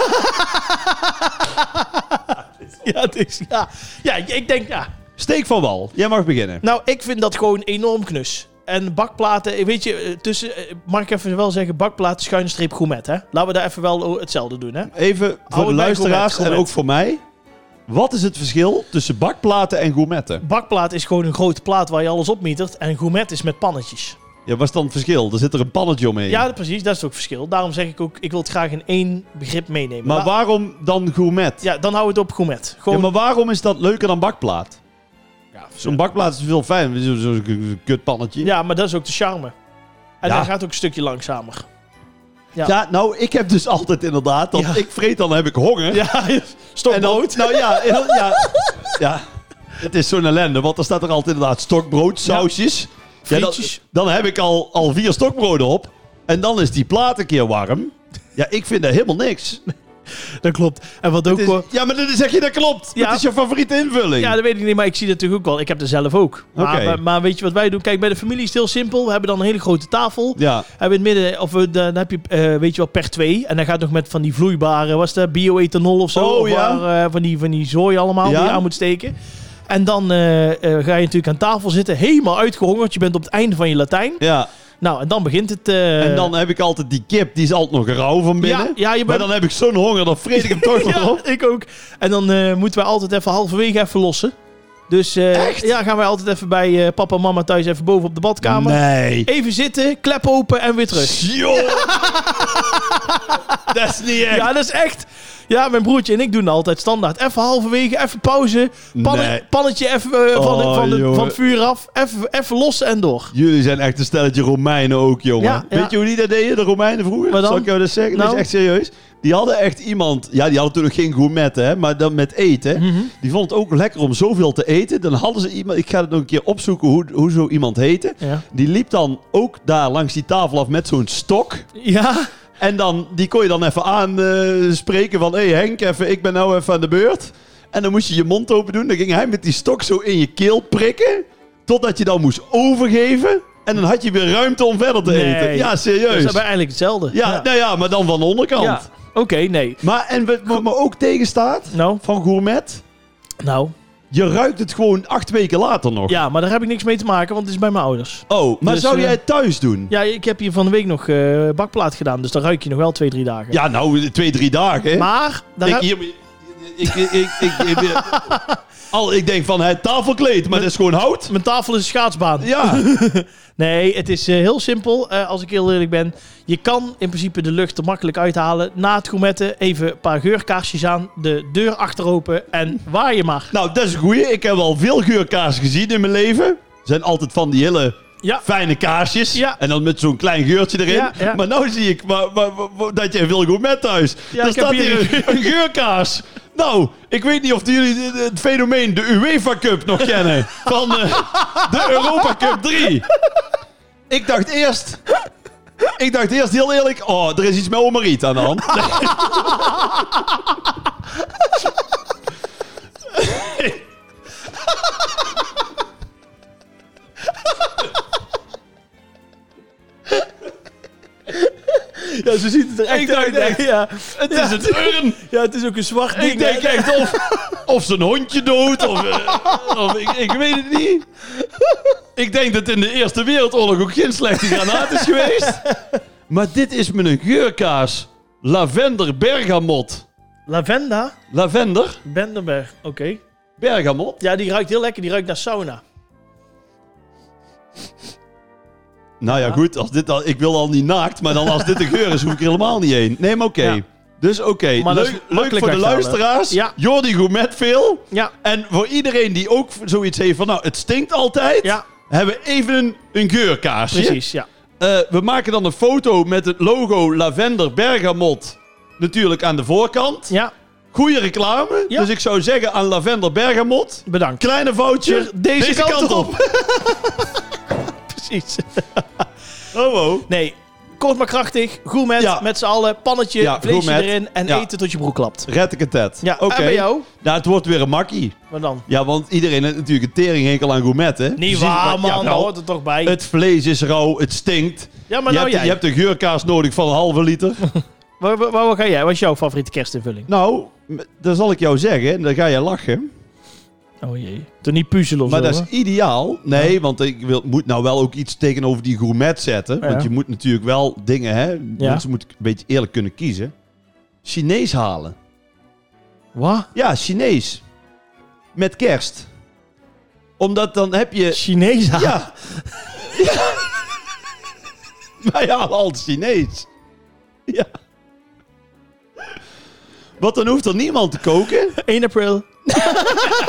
Speaker 1: Ja, het is... Ja, ja ik denk... Ja.
Speaker 2: Steek van wal. Jij mag beginnen.
Speaker 1: Nou, ik vind dat gewoon enorm knus. En bakplaten, weet je, eh, tussen... eh, Mag ik even wel zeggen, bakplaten schuine streep gourmet, hè? Laten we daar even wel hetzelfde doen, hè?
Speaker 2: Even voor
Speaker 1: het
Speaker 2: de
Speaker 1: bij gourmet,
Speaker 2: luisteraars en
Speaker 1: gourmet.
Speaker 2: ook voor mij. Wat is het verschil tussen bakplaten en gourmetten?
Speaker 1: Bakplaat is gewoon een grote plaat waar je alles op mietert. En gourmet is met pannetjes.
Speaker 2: Ja, wat is dan het verschil? Er zit er een pannetje omheen.
Speaker 1: Ja, precies. Dat is ook het verschil. Daarom zeg ik ook, ik wil het graag in één begrip meenemen.
Speaker 2: maar
Speaker 1: La-
Speaker 2: waarom dan gourmet?
Speaker 1: Ja, dan hou het op gourmet.
Speaker 2: Ja,
Speaker 1: Gewoon...
Speaker 2: maar waarom is dat leuker dan bakplaat?
Speaker 1: Ja,
Speaker 2: Zo'n bakplaat is veel fijn. Zo'n zo zo'n kutpannetje.
Speaker 1: Ja, maar dat is ook de charme. En
Speaker 2: Ja.
Speaker 1: hij gaat ook een stukje langzamer. Ja.
Speaker 2: Ja, nou, ik heb dus altijd inderdaad... Dat
Speaker 1: Ja.
Speaker 2: Ik vreet dan, dan heb ik honger.
Speaker 1: Ja,
Speaker 2: En dan-
Speaker 1: stokbrood.
Speaker 2: Nou ja, en dan- ja, ja, het is zo'n ellende, want er staat er altijd inderdaad stokbrood, sausjes. Ja, dan,
Speaker 1: Frietjes.
Speaker 2: dan heb ik al, al vier stokbroden op. En dan is die plaat een keer warm. Ja, ik vind dat helemaal niks.
Speaker 1: Dat klopt. En wat ook...
Speaker 2: Het is-
Speaker 1: hoor-
Speaker 2: ja, maar dan zeg je dat klopt.
Speaker 1: Ja.
Speaker 2: Dat is je favoriete invulling.
Speaker 1: Ja, dat weet ik niet, maar ik zie dat natuurlijk ook wel. Ik heb dat zelf ook. Maar,
Speaker 2: Oké.
Speaker 1: maar, maar weet je wat wij doen? Kijk, bij de familie is het heel simpel. We hebben dan een hele grote tafel.
Speaker 2: ja.
Speaker 1: Hebben in het midden, of we, dan heb je, eh, weet je wel, per twee. En dan gaat het nog met van die vloeibare, was dat bioethanol of zo?
Speaker 2: Oh,
Speaker 1: Of
Speaker 2: ja.
Speaker 1: waar, eh, van, die, van die zooi allemaal die
Speaker 2: Ja.
Speaker 1: je aan moet steken. En dan eh, eh, ga je natuurlijk aan tafel zitten, helemaal uitgehongerd. Je bent op het einde van je Latijn.
Speaker 2: ja.
Speaker 1: Nou, en dan begint het... eh,
Speaker 2: En dan heb ik altijd die kip, die is altijd nog rauw van binnen.
Speaker 1: Ja, ja, je
Speaker 2: Maar
Speaker 1: bent...
Speaker 2: dan heb ik zo'n honger, dan vreet ik hem toch nog
Speaker 1: ja,
Speaker 2: op.
Speaker 1: ik ook. En dan eh, moeten wij altijd even halverwege even lossen. Dus eh,
Speaker 2: Echt?
Speaker 1: ja, gaan wij altijd even bij eh, papa en mama thuis even boven op de badkamer.
Speaker 2: Nee.
Speaker 1: Even zitten, klep open en weer terug.
Speaker 2: Joh. dat is niet echt.
Speaker 1: Ja, dat is echt. Ja, mijn broertje en ik doen dat altijd standaard. Even halverwege, even pauze. Pannen-
Speaker 2: Nee.
Speaker 1: Pannetje even eh, van,
Speaker 2: Oh,
Speaker 1: de, van, de,
Speaker 2: jongen.
Speaker 1: van het vuur af. Even, even lossen en door.
Speaker 2: Jullie zijn echt een stelletje Romeinen ook, jongen.
Speaker 1: Ja, ja.
Speaker 2: Weet je hoe die dat deden, de Romeinen vroeger?
Speaker 1: Wat dan?
Speaker 2: Zal ik jou dat zeggen? Dat
Speaker 1: Nou.
Speaker 2: is echt serieus. Die hadden echt iemand... Ja, die hadden natuurlijk geen gourmetten, hè, maar dan met eten.
Speaker 1: Mhm.
Speaker 2: Die vond het ook lekker om zoveel te eten. Dan hadden ze iemand... Ik ga het nog een keer opzoeken hoe, hoe zo iemand heette.
Speaker 1: Ja.
Speaker 2: Die liep dan ook daar langs die tafel af met zo'n stok.
Speaker 1: Ja,
Speaker 2: En dan, die kon je dan even aanspreken van... Hé hey Henk, even, ik ben nou even aan de beurt. En dan moest je je mond open doen. Dan ging hij met die stok zo in je keel prikken. Totdat je dan moest overgeven. En dan had je weer ruimte om verder te
Speaker 1: Nee.
Speaker 2: eten. Ja,
Speaker 1: dus
Speaker 2: serieus.
Speaker 1: dat is eigenlijk hetzelfde.
Speaker 2: ja, nou ja, maar dan van de onderkant.
Speaker 1: Ja. Oké, nee.
Speaker 2: Maar en wat wat me ook tegenstaat
Speaker 1: Nou,
Speaker 2: van gourmet...
Speaker 1: nou.
Speaker 2: Je ruikt het gewoon acht weken later nog.
Speaker 1: Ja, maar daar heb ik niks mee te maken, want het is bij mijn ouders.
Speaker 2: Oh, maar
Speaker 1: Dus,
Speaker 2: zou
Speaker 1: eh,
Speaker 2: jij het thuis doen?
Speaker 1: Ja, ik heb hier van de week nog eh, bakplaat gedaan, dus dan ruik je nog wel twee, drie dagen.
Speaker 2: Ja, nou, twee, drie dagen. hè?
Speaker 1: Maar, daar
Speaker 2: Ik
Speaker 1: heb-
Speaker 2: hier- ik, ik, ik, ik, ik- al, ik denk van het tafelkleed, maar dat is gewoon hout.
Speaker 1: Mijn tafel is een schaatsbaan.
Speaker 2: Ja,
Speaker 1: Nee, het is eh, heel simpel, eh, als ik heel eerlijk ben. Je kan in principe de lucht er makkelijk uithalen. Na het gourmetten even een paar geurkaarsjes aan, de deur achter open en waar je maar.
Speaker 2: nou dat is een goeie. Ik heb al veel geurkaars gezien in mijn leven. Er zijn altijd van die hele
Speaker 1: Ja,
Speaker 2: fijne kaarsjes.
Speaker 1: Ja.
Speaker 2: En dan met zo'n klein geurtje erin.
Speaker 1: Ja, ja.
Speaker 2: Maar nou zie ik maar, maar- maar- maar dat jij veel goed met thuis.
Speaker 1: Ja,
Speaker 2: dan
Speaker 1: ik heb
Speaker 2: staat
Speaker 1: hier
Speaker 2: hier een, een geurkaars. Nou, ik weet niet of jullie dit- het fenomeen de UEFA Cup nog kennen. Van eh, de Europa Cup 3. Ik dacht eerst... Ik dacht eerst heel eerlijk... Oh, er is iets met Omariet aan de hand.
Speaker 1: ja zo ziet het er echt
Speaker 2: Ik dacht
Speaker 1: uit.
Speaker 2: echt-
Speaker 1: hè. Ja.
Speaker 2: Het is een urn.
Speaker 1: ja, het is ook een zwart ding.
Speaker 2: Ik denk
Speaker 1: hè.
Speaker 2: echt of, of zijn hondje dood, of, eh, of ik, ik weet het niet. Ik denk dat in de Eerste Wereldoorlog ook geen slechte granaat is geweest. Maar dit is met een geurkaas. Lavender bergamot.
Speaker 1: Lavenda
Speaker 2: Lavender?
Speaker 1: Bendenberg, oké.
Speaker 2: Bergamot?
Speaker 1: Ja, die ruikt heel lekker, die ruikt naar sauna.
Speaker 2: Nou ja, goed. Als dit al, ik wil al niet naakt, maar dan als dit een geur is, hoef ik er helemaal niet heen. Nee, maar oké.
Speaker 1: Ja.
Speaker 2: Dus oké.
Speaker 1: Maar dat is
Speaker 2: Leuk, leuk
Speaker 1: makkelijk
Speaker 2: voor de
Speaker 1: weghalen.
Speaker 2: luisteraars.
Speaker 1: Ja.
Speaker 2: Jordi Gourmet veel.
Speaker 1: Ja,
Speaker 2: En voor iedereen die ook zoiets heeft van, nou, het stinkt altijd.
Speaker 1: ja,
Speaker 2: hebben we even een, een geurkaarsje.
Speaker 1: precies, ja.
Speaker 2: Eh, we maken dan een foto met het logo Lavender Bergamot. Natuurlijk aan de voorkant.
Speaker 1: Ja,
Speaker 2: Goeie reclame.
Speaker 1: Ja.
Speaker 2: Dus ik zou zeggen aan Lavender Bergamot.
Speaker 1: bedankt.
Speaker 2: Kleine foutje.
Speaker 1: Deze kant op. Precies.
Speaker 2: oh, wow.
Speaker 1: Nee, kort maar krachtig, gourmet,
Speaker 2: Ja.
Speaker 1: met z'n allen, pannetje,
Speaker 2: Ja,
Speaker 1: vleesje
Speaker 2: gourmet.
Speaker 1: erin en
Speaker 2: Ja.
Speaker 1: eten tot je broek klapt.
Speaker 2: Red ik het tet.
Speaker 1: Ja,
Speaker 2: oké.
Speaker 1: en bij jou?
Speaker 2: Nou, het wordt weer een makkie.
Speaker 1: Maar dan?
Speaker 2: Ja, want iedereen heeft natuurlijk een tering enkel aan gourmet, hè?
Speaker 1: Niet
Speaker 2: Precies,
Speaker 1: waar,
Speaker 2: maar-
Speaker 1: man.
Speaker 2: ja,
Speaker 1: Daar
Speaker 2: nou,
Speaker 1: hoort het toch bij.
Speaker 2: het vlees is rauw, het stinkt.
Speaker 1: ja, maar nou
Speaker 2: je, hebt,
Speaker 1: jij.
Speaker 2: je hebt een geurkaas nodig van een halve liter.
Speaker 1: Waar, waar, waar ga jij? Wat is jouw favoriete kerstinvulling?
Speaker 2: nou, m- dat zal ik jou zeggen. En dan ga jij lachen.
Speaker 1: Oh jee. Toen niet puzzelen of
Speaker 2: Maar
Speaker 1: zo,
Speaker 2: dat is
Speaker 1: hè?
Speaker 2: ideaal. Nee, want ik wil, moet nou wel ook iets tegenover die gourmet zetten.
Speaker 1: Ja.
Speaker 2: Want je moet natuurlijk wel dingen, hè. Mensen moeten een beetje eerlijk kunnen kiezen. Chinees halen.
Speaker 1: Wat?
Speaker 2: Ja, Chinees. Met kerst. Omdat dan heb je...
Speaker 1: Chinees
Speaker 2: Ja. ja. Wij halen altijd Chinees. Ja. Want dan hoeft er niemand te koken.
Speaker 1: 1 april.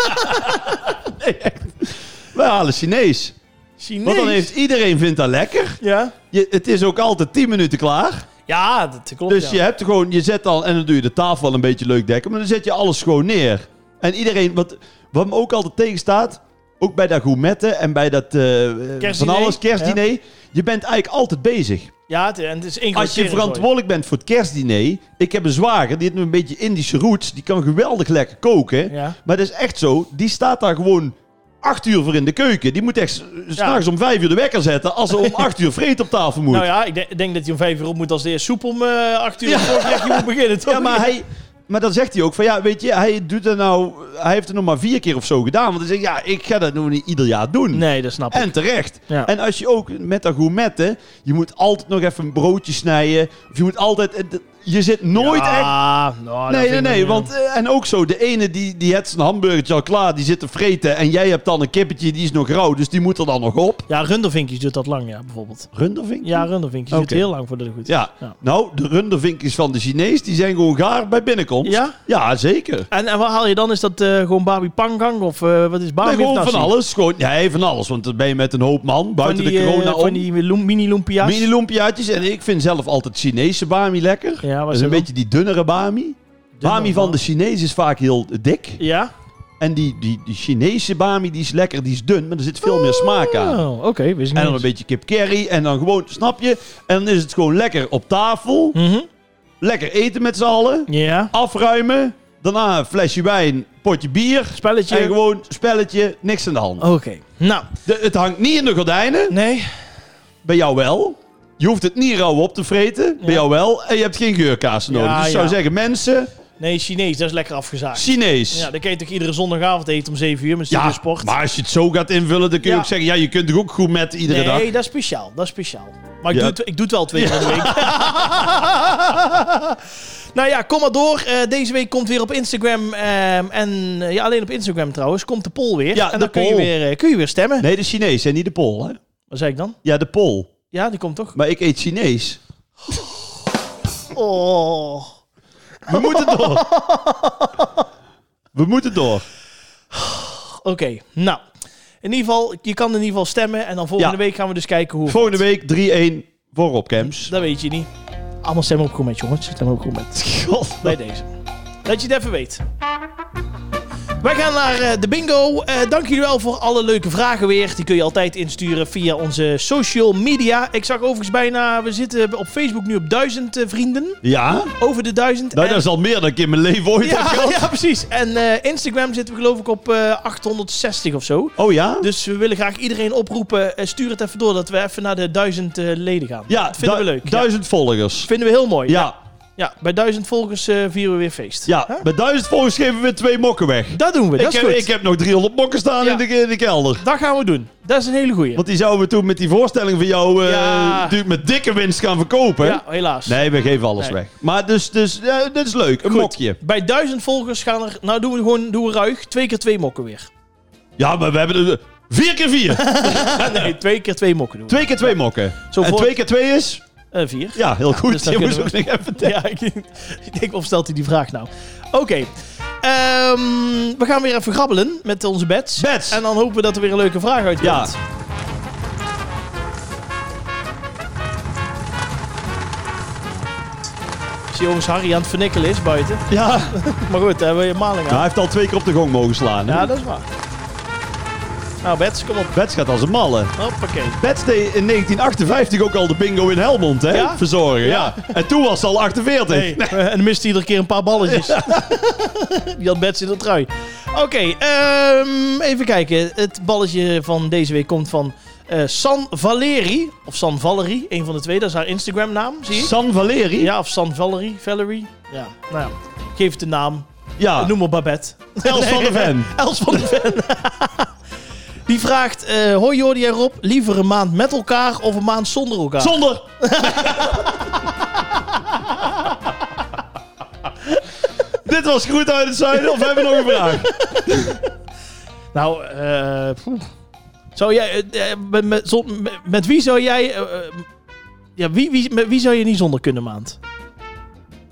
Speaker 2: Wij halen Chinees.
Speaker 1: Chinees.
Speaker 2: Want dan heeft iedereen vindt dat lekker.
Speaker 1: Ja?
Speaker 2: Je, het is ook altijd 10 minuten klaar.
Speaker 1: Ja, dat klopt. ja.
Speaker 2: Dus je hebt gewoon, je zet al, en dan doe je de tafel al een beetje leuk dekken, maar dan zet je alles gewoon neer. En iedereen, wat, wat me ook altijd tegenstaat, ook bij dat gourmetten en bij dat eh, eh, van
Speaker 1: Kerstdiner,
Speaker 2: alles, kerstdiner, je bent eigenlijk altijd bezig.
Speaker 1: Ja, het, en het is één
Speaker 2: Als je verantwoordelijk bent voor het kerstdiner, ik heb een zwager, die heeft een beetje Indische roots, die kan geweldig lekker koken.
Speaker 1: Ja.
Speaker 2: Maar dat is echt zo, die staat daar gewoon acht uur voor in de keuken. Die moet echt s- s'nachts om vijf uur de wekker zetten als er om acht uur vreet op tafel moet.
Speaker 1: Nou ja, ik denk, denk dat hij om 5 uur op moet als de eerste soep om eh 8 uur ja. moet beginnen, toch?
Speaker 2: Ja, maar hij... Maar dan zegt hij ook van ja, weet je, hij doet dat nou, hij heeft het nog maar vier keer of zo gedaan. Want hij zegt ja, ik ga dat nog niet ieder jaar doen.
Speaker 1: Nee, dat snap ik.
Speaker 2: En terecht.
Speaker 1: Ja.
Speaker 2: En als je ook met dat gourmetten, je moet altijd nog even een broodje snijden. Of je moet altijd, eh, d- je zit nooit echt.
Speaker 1: Ja, nou, dat
Speaker 2: Nee,
Speaker 1: vind
Speaker 2: nee,
Speaker 1: ik
Speaker 2: nee.
Speaker 1: niet,
Speaker 2: Want, eh, en ook zo, de ene die, die heeft zijn hamburgertje al klaar, die zit te vreten. En jij hebt dan een kippetje, die is nog rauw, dus die moet er dan nog op.
Speaker 1: Ja, Rundervinkjes doet dat lang, ja, bijvoorbeeld.
Speaker 2: Rundervink?
Speaker 1: Ja, Rundervinkjes
Speaker 2: Hm. Oké.
Speaker 1: doet heel lang voordat het goed is.
Speaker 2: ja.
Speaker 1: Ja.
Speaker 2: Nou, de rundervinkjes van de Chinees, die zijn gewoon gaar bij binnenkomst.
Speaker 1: Ja?
Speaker 2: Ja, zeker.
Speaker 1: En, en wat haal je dan? Is dat eh, gewoon Babi Pangang of eh, wat is Babi of
Speaker 2: Nee, gewoon
Speaker 1: nasi?
Speaker 2: van alles. Gewoon, nee, van alles. Want dan ben je met een hoop man
Speaker 1: Van
Speaker 2: buiten
Speaker 1: die,
Speaker 2: de
Speaker 1: eh,
Speaker 2: corona om.
Speaker 1: Van die lo- mini lumpia's.
Speaker 2: Mini lumpiaatjes. En ik vind zelf altijd Chinese bami lekker.
Speaker 1: Ja, wat
Speaker 2: dat
Speaker 1: is
Speaker 2: is een
Speaker 1: dat
Speaker 2: beetje die dunnere bami. bami van de Chinees is vaak heel dik.
Speaker 1: Ja?
Speaker 2: En die, die, die Chinese bami die is lekker, die is dun. Maar er zit veel meer smaak aan.
Speaker 1: Oh, oké. wist ik
Speaker 2: En dan een
Speaker 1: niet.
Speaker 2: beetje kip curry. En dan gewoon, snap je? En dan is het gewoon lekker op tafel.
Speaker 1: Mhm.
Speaker 2: Lekker eten met z'n allen.
Speaker 1: Ja.
Speaker 2: Afruimen. Daarna een flesje wijn, potje bier.
Speaker 1: Spelletje.
Speaker 2: En gewoon spelletje, niks aan de hand.
Speaker 1: Oké. Nou,
Speaker 2: De- het hangt niet in de gordijnen.
Speaker 1: nee.
Speaker 2: Bij jou wel. Je hoeft het niet rauw op te vreten.
Speaker 1: Ja.
Speaker 2: Bij jou wel. En je hebt geen geurkaas nodig.
Speaker 1: Ja,
Speaker 2: dus ik zou
Speaker 1: ja.
Speaker 2: zeggen, mensen,
Speaker 1: Nee, Chinees, dat is lekker afgezaagd.
Speaker 2: Chinees.
Speaker 1: Ja, dan kan je toch iedere zondagavond eten om 7 uur met
Speaker 2: Ja,
Speaker 1: Studio Sport?
Speaker 2: maar als je het zo gaat invullen, dan kun je
Speaker 1: Ja.
Speaker 2: ook zeggen... Ja, je kunt toch ook goed met iedere
Speaker 1: nee,
Speaker 2: dag.
Speaker 1: dat is speciaal. Dat is speciaal. Maar ik,
Speaker 2: Ja.
Speaker 1: doe, het, ik doe het wel twee keer in de week. nou ja, kom maar door. Eh, deze week komt weer op Instagram. ehm, en eh, ja, alleen op Instagram trouwens. Komt de poll weer.
Speaker 2: Ja,
Speaker 1: en
Speaker 2: de
Speaker 1: dan kun je,
Speaker 2: poll.
Speaker 1: weer, eh, kun je weer stemmen.
Speaker 2: Nee, de Chinees en niet de Pool, hè?
Speaker 1: Wat zei ik dan?
Speaker 2: Ja, de Pool.
Speaker 1: Ja, die komt toch?
Speaker 2: Maar ik eet Chinees.
Speaker 1: Oh.
Speaker 2: We moeten door. We moeten door.
Speaker 1: Oké, nou. In ieder geval, je kan in ieder geval stemmen. En dan volgende
Speaker 2: Ja.
Speaker 1: week gaan we dus kijken hoe...
Speaker 2: Volgende week 3-1 voor Opcams.
Speaker 1: Dat weet je niet. Allemaal stemmen op comment, jongens. Stemmen op comment.
Speaker 2: God,
Speaker 1: Bij deze. Dat je het even weet. Wij gaan naar eh, de bingo. Eh, dank jullie wel voor alle leuke vragen weer. Die kun je altijd insturen via onze social media. Ik zag overigens bijna... We zitten op Facebook nu op duizend eh, vrienden.
Speaker 2: Ja?
Speaker 1: Over de duizend.
Speaker 2: Nou,
Speaker 1: En-
Speaker 2: dat is al meer dan ik in mijn leven ooit heb
Speaker 1: ja,
Speaker 2: gehad.
Speaker 1: ja, precies. En eh, Instagram zitten we geloof ik op eh, 860 of zo.
Speaker 2: Oh ja?
Speaker 1: Dus we willen graag iedereen oproepen. eh, Stuur het even door dat we even naar de duizend eh, leden gaan.
Speaker 2: ja,
Speaker 1: dat vinden we
Speaker 2: du-
Speaker 1: leuk. Ja,
Speaker 2: Duizend volgers.
Speaker 1: vinden we heel mooi. Ja.
Speaker 2: Ja,
Speaker 1: bij duizend volgers eh, vieren we weer feest.
Speaker 2: ja.
Speaker 1: Huh?
Speaker 2: Met duizend volgers geven we twee mokken weg.
Speaker 1: Dat doen we. Dat
Speaker 2: ik,
Speaker 1: is
Speaker 2: heb,
Speaker 1: goed.
Speaker 2: ik heb nog 300 mokken staan
Speaker 1: Ja.
Speaker 2: in, de, in de kelder.
Speaker 1: Dat gaan we doen. Dat is een hele goeie.
Speaker 2: Want die zouden we toen met die voorstelling van jou eh,
Speaker 1: Ja.
Speaker 2: natuurlijk met dikke winst gaan verkopen.
Speaker 1: ja, helaas.
Speaker 2: Nee, we geven alles
Speaker 1: Nee.
Speaker 2: weg. Maar dus, dus ja, dit is leuk. Een
Speaker 1: Goed.
Speaker 2: mokje.
Speaker 1: Bij duizend volgers gaan er... Nou, doen we gewoon doen we ruig. Twee keer twee mokken weer.
Speaker 2: Ja, maar we hebben er eh, vier keer vier.
Speaker 1: Eh, nee, twee keer twee mokken doen we.
Speaker 2: twee keer twee mokken.
Speaker 1: Zo
Speaker 2: en
Speaker 1: voor-
Speaker 2: twee keer twee is?
Speaker 1: Eh, vier.
Speaker 2: Ja, heel goed.
Speaker 1: dus dan
Speaker 2: je moest ook
Speaker 1: kunnen
Speaker 2: nog even denken.
Speaker 1: Ja, ik, ik denk, of stelt hij die vraag nou? Oké. Ehm, we gaan weer even grabbelen met onze bets.
Speaker 2: Bets.
Speaker 1: En dan hopen we dat er weer een leuke vraag uitkomt.
Speaker 2: Ja.
Speaker 1: Ik zie jongens Harry aan het vernikkelen is buiten.
Speaker 2: Ja.
Speaker 1: Maar goed, daar hebben we je maling
Speaker 2: Nou,
Speaker 1: aan.
Speaker 2: hij heeft al twee keer op de gong mogen slaan. hè?
Speaker 1: Ja, dat is waar. Nou, Bets, kom op.
Speaker 2: Bets gaat als een malle.
Speaker 1: Hoppakee.
Speaker 2: Bets deed in 1958 ook al de bingo in Helmond, hè?
Speaker 1: Ja?
Speaker 2: Verzorgen, ja. En toen was ze al 48.
Speaker 1: Nee. En dan mist hij iedere keer een paar balletjes. Die had Bets in de trui. Oké, ehm, even kijken. Het balletje van deze week komt van eh, San Valeri. Of San Valerie, een van de twee. Dat is haar Instagram naam, zie ik.
Speaker 2: San Valeri?
Speaker 1: Ja, of San Valerie. Valerie. Ja, nou ja. Geef het de naam.
Speaker 2: Ja.
Speaker 1: Noem maar Babette.
Speaker 2: Els van de Ven.
Speaker 1: Els van de Ven. Die vraagt, eh, hoi Jordi en Rob, liever een maand met elkaar of een maand zonder elkaar?
Speaker 2: Zonder. Dit was Groet uit het Zuiden, of hebben we nog een vraag?
Speaker 1: Nou, eh, poeh. zou jij, eh, eh, met, met, zon- met- met wie zou jij, eh, eh, ja, wie, wie, met wie zou je niet zonder kunnen maand?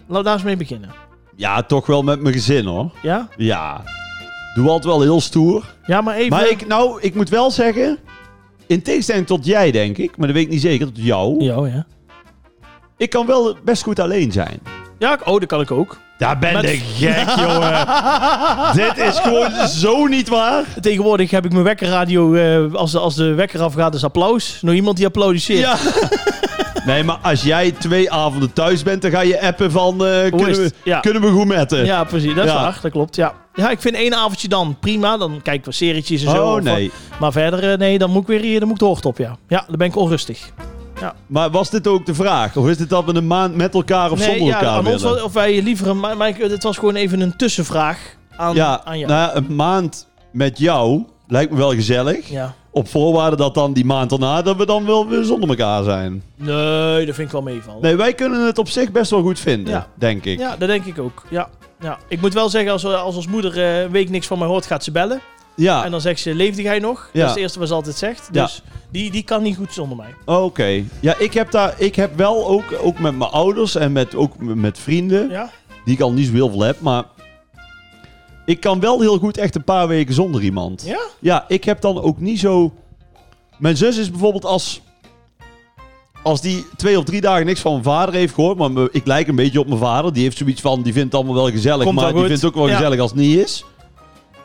Speaker 1: Laten we daar eens mee beginnen.
Speaker 2: Ja, toch wel met mijn gezin, hoor.
Speaker 1: Ja?
Speaker 2: Ja. Doe altijd wel heel stoer.
Speaker 1: Ja, maar even.
Speaker 2: Maar ik, nou, ik moet wel zeggen... In tegenstelling tot jij, denk ik. Maar dat weet ik niet zeker, tot jou.
Speaker 1: Ja, oh ja.
Speaker 2: Ik kan wel best goed alleen zijn.
Speaker 1: Ja, ik- oh, dat kan ik ook.
Speaker 2: Daar ben
Speaker 1: Met-
Speaker 2: ik gek, jongen. Dit is gewoon zo niet waar.
Speaker 1: Tegenwoordig heb ik mijn wekkerradio, eh, als, de, als de wekker afgaat, is applaus. Nog iemand die applaudisseert.
Speaker 2: Ja. Nee, maar als jij twee avonden thuis bent, dan ga je appen van... eh, kunnen,
Speaker 1: is
Speaker 2: we,
Speaker 1: het? Ja.
Speaker 2: kunnen we goed metten?
Speaker 1: Ja, precies. Dat is
Speaker 2: Ja.
Speaker 1: waar. Dat klopt, ja. Ja, ik vind één avondje dan prima. Dan kijk ik wat serietjes en zo.
Speaker 2: Oh
Speaker 1: of wat.
Speaker 2: nee.
Speaker 1: Maar verder, eh, nee, dan moet ik weer hier, dan moet ik de hoogte op, ja. Ja, dan ben ik onrustig.
Speaker 2: Maar was dit ook de vraag? Of is dit dat we een maand met elkaar of zonder
Speaker 1: ja,
Speaker 2: elkaar
Speaker 1: aan
Speaker 2: willen?
Speaker 1: ons wel- of wij liever een ma- maar ik- het was gewoon even een tussenvraag aan,
Speaker 2: ja,
Speaker 1: aan jou.
Speaker 2: nou ja, een maand met jou lijkt me wel gezellig.
Speaker 1: ja.
Speaker 2: Op voorwaarde dat dan die maand daarna dat we dan wel weer zonder elkaar zijn.
Speaker 1: Nee, dat vind ik wel meevallen.
Speaker 2: Nee, wij kunnen het op zich best wel goed vinden,
Speaker 1: Ja.
Speaker 2: denk ik.
Speaker 1: Ja, dat denk ik ook. Ja. Ja. Ik moet wel zeggen, als, als ons moeder eh, een week niks van mij hoort, gaat ze bellen.
Speaker 2: Ja,
Speaker 1: En dan zegt ze, leefde jij nog?
Speaker 2: Ja.
Speaker 1: Dat is het eerste wat ze altijd zegt.
Speaker 2: Ja.
Speaker 1: Dus die, die kan niet goed zonder mij.
Speaker 2: oké. Ja, ik heb, daar, ik heb wel ook, ook met mijn ouders en met, ook m- met vrienden,
Speaker 1: Ja?
Speaker 2: die ik al niet zo heel veel heb, maar... Ik kan wel heel goed echt een paar weken zonder iemand.
Speaker 1: Ja?
Speaker 2: Ja, ik heb dan ook niet zo. Mijn zus is bijvoorbeeld als. Als die twee of drie dagen niks van mijn vader heeft gehoord. Maar me- ik lijk een beetje op mijn vader. Die heeft zoiets van. Die vindt het allemaal wel gezellig.
Speaker 1: Komt wel
Speaker 2: maar die
Speaker 1: goed.
Speaker 2: vindt het ook wel
Speaker 1: Ja.
Speaker 2: gezellig als het niet is.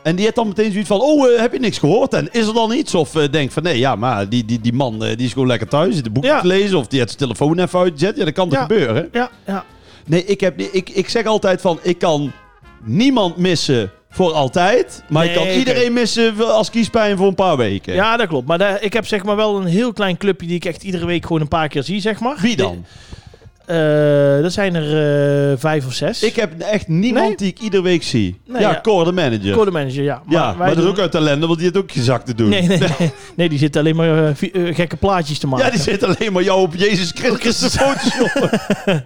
Speaker 2: En die heeft dan meteen zoiets van. Oh, eh, heb je niks gehoord? En is er dan iets? Of eh, denkt van. Nee, ja, maar die, die, die man eh, die is gewoon lekker thuis. Zit de boek
Speaker 1: Ja.
Speaker 2: te lezen. Of die heeft zijn telefoon even uitgezet. Ja, dat kan toch
Speaker 1: Ja.
Speaker 2: gebeuren.
Speaker 1: Ja, ja.
Speaker 2: Nee, ik, heb, niet- ik, ik zeg altijd van. Ik kan niemand missen voor altijd. Maar ik kan
Speaker 1: Nee, oké.
Speaker 2: iedereen missen als kiespijn voor een paar weken.
Speaker 1: Ja, dat eh, klopt. Maar daar- ik heb zeg maar wel een heel klein clubje die ik echt iedere week gewoon een paar keer zie, zeg maar.
Speaker 2: Wie dan?
Speaker 1: Eh, dat zijn er eh, vijf of zes.
Speaker 2: Ik heb echt niemand
Speaker 1: Nee?
Speaker 2: die ik iedere week zie.
Speaker 1: Nee,
Speaker 2: ja,
Speaker 1: ja.
Speaker 2: Cor de manager.
Speaker 1: Code manager, ja. Maar
Speaker 2: ja,
Speaker 1: wij
Speaker 2: maar dat
Speaker 1: doen-
Speaker 2: is ook uit ellende, want die heeft ook geen zak te doen.
Speaker 1: Nee, nee, nee. nee, die zit alleen maar eh, vi- eh, gekke plaatjes te maken.
Speaker 2: Ja, die zit alleen maar jou op Jezus Christus te photoshoppen.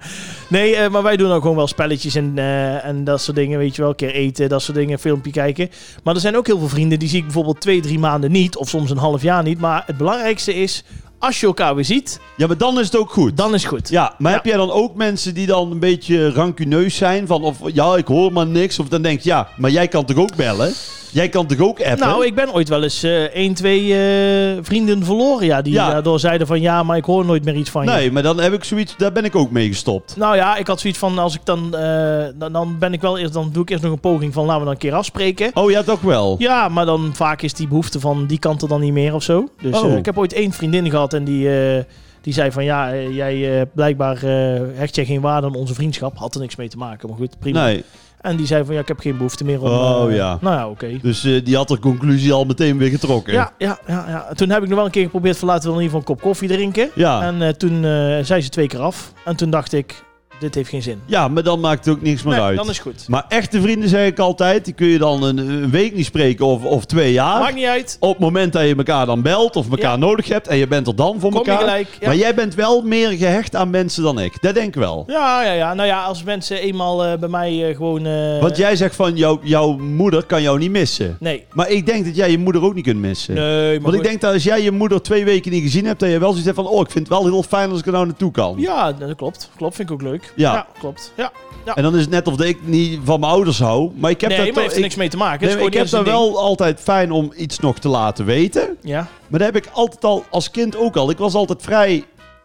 Speaker 1: Nee, eh, maar wij doen ook gewoon wel spelletjes en, eh, en dat soort dingen. Weet je wel, een keer eten, dat soort dingen, een filmpje kijken. Maar er zijn ook heel veel vrienden die zie ik bijvoorbeeld twee, drie maanden niet. Of soms een half jaar niet. Maar het belangrijkste is, als je elkaar weer ziet,
Speaker 2: Ja, maar dan is het ook goed.
Speaker 1: dan is het goed.
Speaker 2: Ja, maar
Speaker 1: Ja.
Speaker 2: heb jij dan ook mensen die dan een beetje rancuneus zijn? Van of ja, ik hoor maar niks. Of dan denk je, ja, maar jij kan toch ook bellen? Jij kan toch ook appen?
Speaker 1: Nou, ik ben ooit wel eens eh één, twee eh, vrienden verloren. Ja, die
Speaker 2: Ja.
Speaker 1: daardoor zeiden van ja, maar ik hoor nooit meer iets van je.
Speaker 2: Nee, maar dan heb ik zoiets, daar ben ik ook mee gestopt.
Speaker 1: Nou ja, ik had zoiets van als ik dan, eh, dan, dan ben ik wel eerst, dan doe ik eerst nog een poging van laten we dan een keer afspreken.
Speaker 2: Oh ja, toch wel.
Speaker 1: Ja, maar dan vaak is die behoefte van die kant er dan niet meer of zo. Dus
Speaker 2: Oh.
Speaker 1: eh, ik heb ooit één vriendin gehad en die, eh, die zei van ja, eh, jij eh, blijkbaar eh, hecht jij geen waarde aan onze vriendschap. Had er niks mee te maken, maar goed, prima.
Speaker 2: Nee,
Speaker 1: En die zei van ja, ik heb geen behoefte meer om...
Speaker 2: Oh,
Speaker 1: eh,
Speaker 2: ja.
Speaker 1: Nou ja, oké.
Speaker 2: dus eh, die had de conclusie al meteen weer getrokken.
Speaker 1: Ja, ja, ja, ja. En Toen heb ik nog wel een keer geprobeerd van laten we in ieder geval een kop koffie drinken.
Speaker 2: Ja.
Speaker 1: En eh, toen eh zei ze twee keer af. En toen dacht ik, dit heeft geen zin.
Speaker 2: ja, maar dan maakt het ook niks meer
Speaker 1: nee,
Speaker 2: uit.
Speaker 1: dan is het goed.
Speaker 2: Maar echte vrienden, zeg ik altijd, die kun je dan een, een week niet spreken of, of twee jaar.
Speaker 1: Maakt niet uit.
Speaker 2: Op het moment dat je elkaar dan belt of elkaar
Speaker 1: Ja.
Speaker 2: nodig hebt en je bent er dan voor
Speaker 1: Kom je
Speaker 2: elkaar.
Speaker 1: gelijk. Ja.
Speaker 2: Maar jij bent wel meer gehecht aan mensen dan ik. Dat denk ik wel.
Speaker 1: Ja, ja, ja. Nou ja, als mensen eenmaal eh, bij mij eh, gewoon... eh,
Speaker 2: Want jij zegt van jou, jouw moeder kan jou niet missen.
Speaker 1: Nee.
Speaker 2: Maar ik denk dat jij je moeder ook niet kunt missen.
Speaker 1: Nee, maar
Speaker 2: Want ik
Speaker 1: goed.
Speaker 2: denk dat als jij je moeder twee weken niet gezien hebt, dat je wel zoiets hebt van: oh, ik vind het wel heel fijn als ik er nou naartoe kan.
Speaker 1: Ja, dat klopt. Klopt, vind ik ook leuk.
Speaker 2: Ja.
Speaker 1: klopt. Ja.
Speaker 2: En dan is het net of ik niet van mijn ouders hou. Maar ik heb
Speaker 1: nee,
Speaker 2: dat
Speaker 1: maar
Speaker 2: toch-
Speaker 1: heeft er
Speaker 2: ik-
Speaker 1: niks mee te maken.
Speaker 2: nee, maar ik heb
Speaker 1: dat
Speaker 2: dat wel altijd fijn om iets nog te laten weten.
Speaker 1: Ja.
Speaker 2: Maar dat heb ik altijd al, als kind ook al. Ik was altijd vrij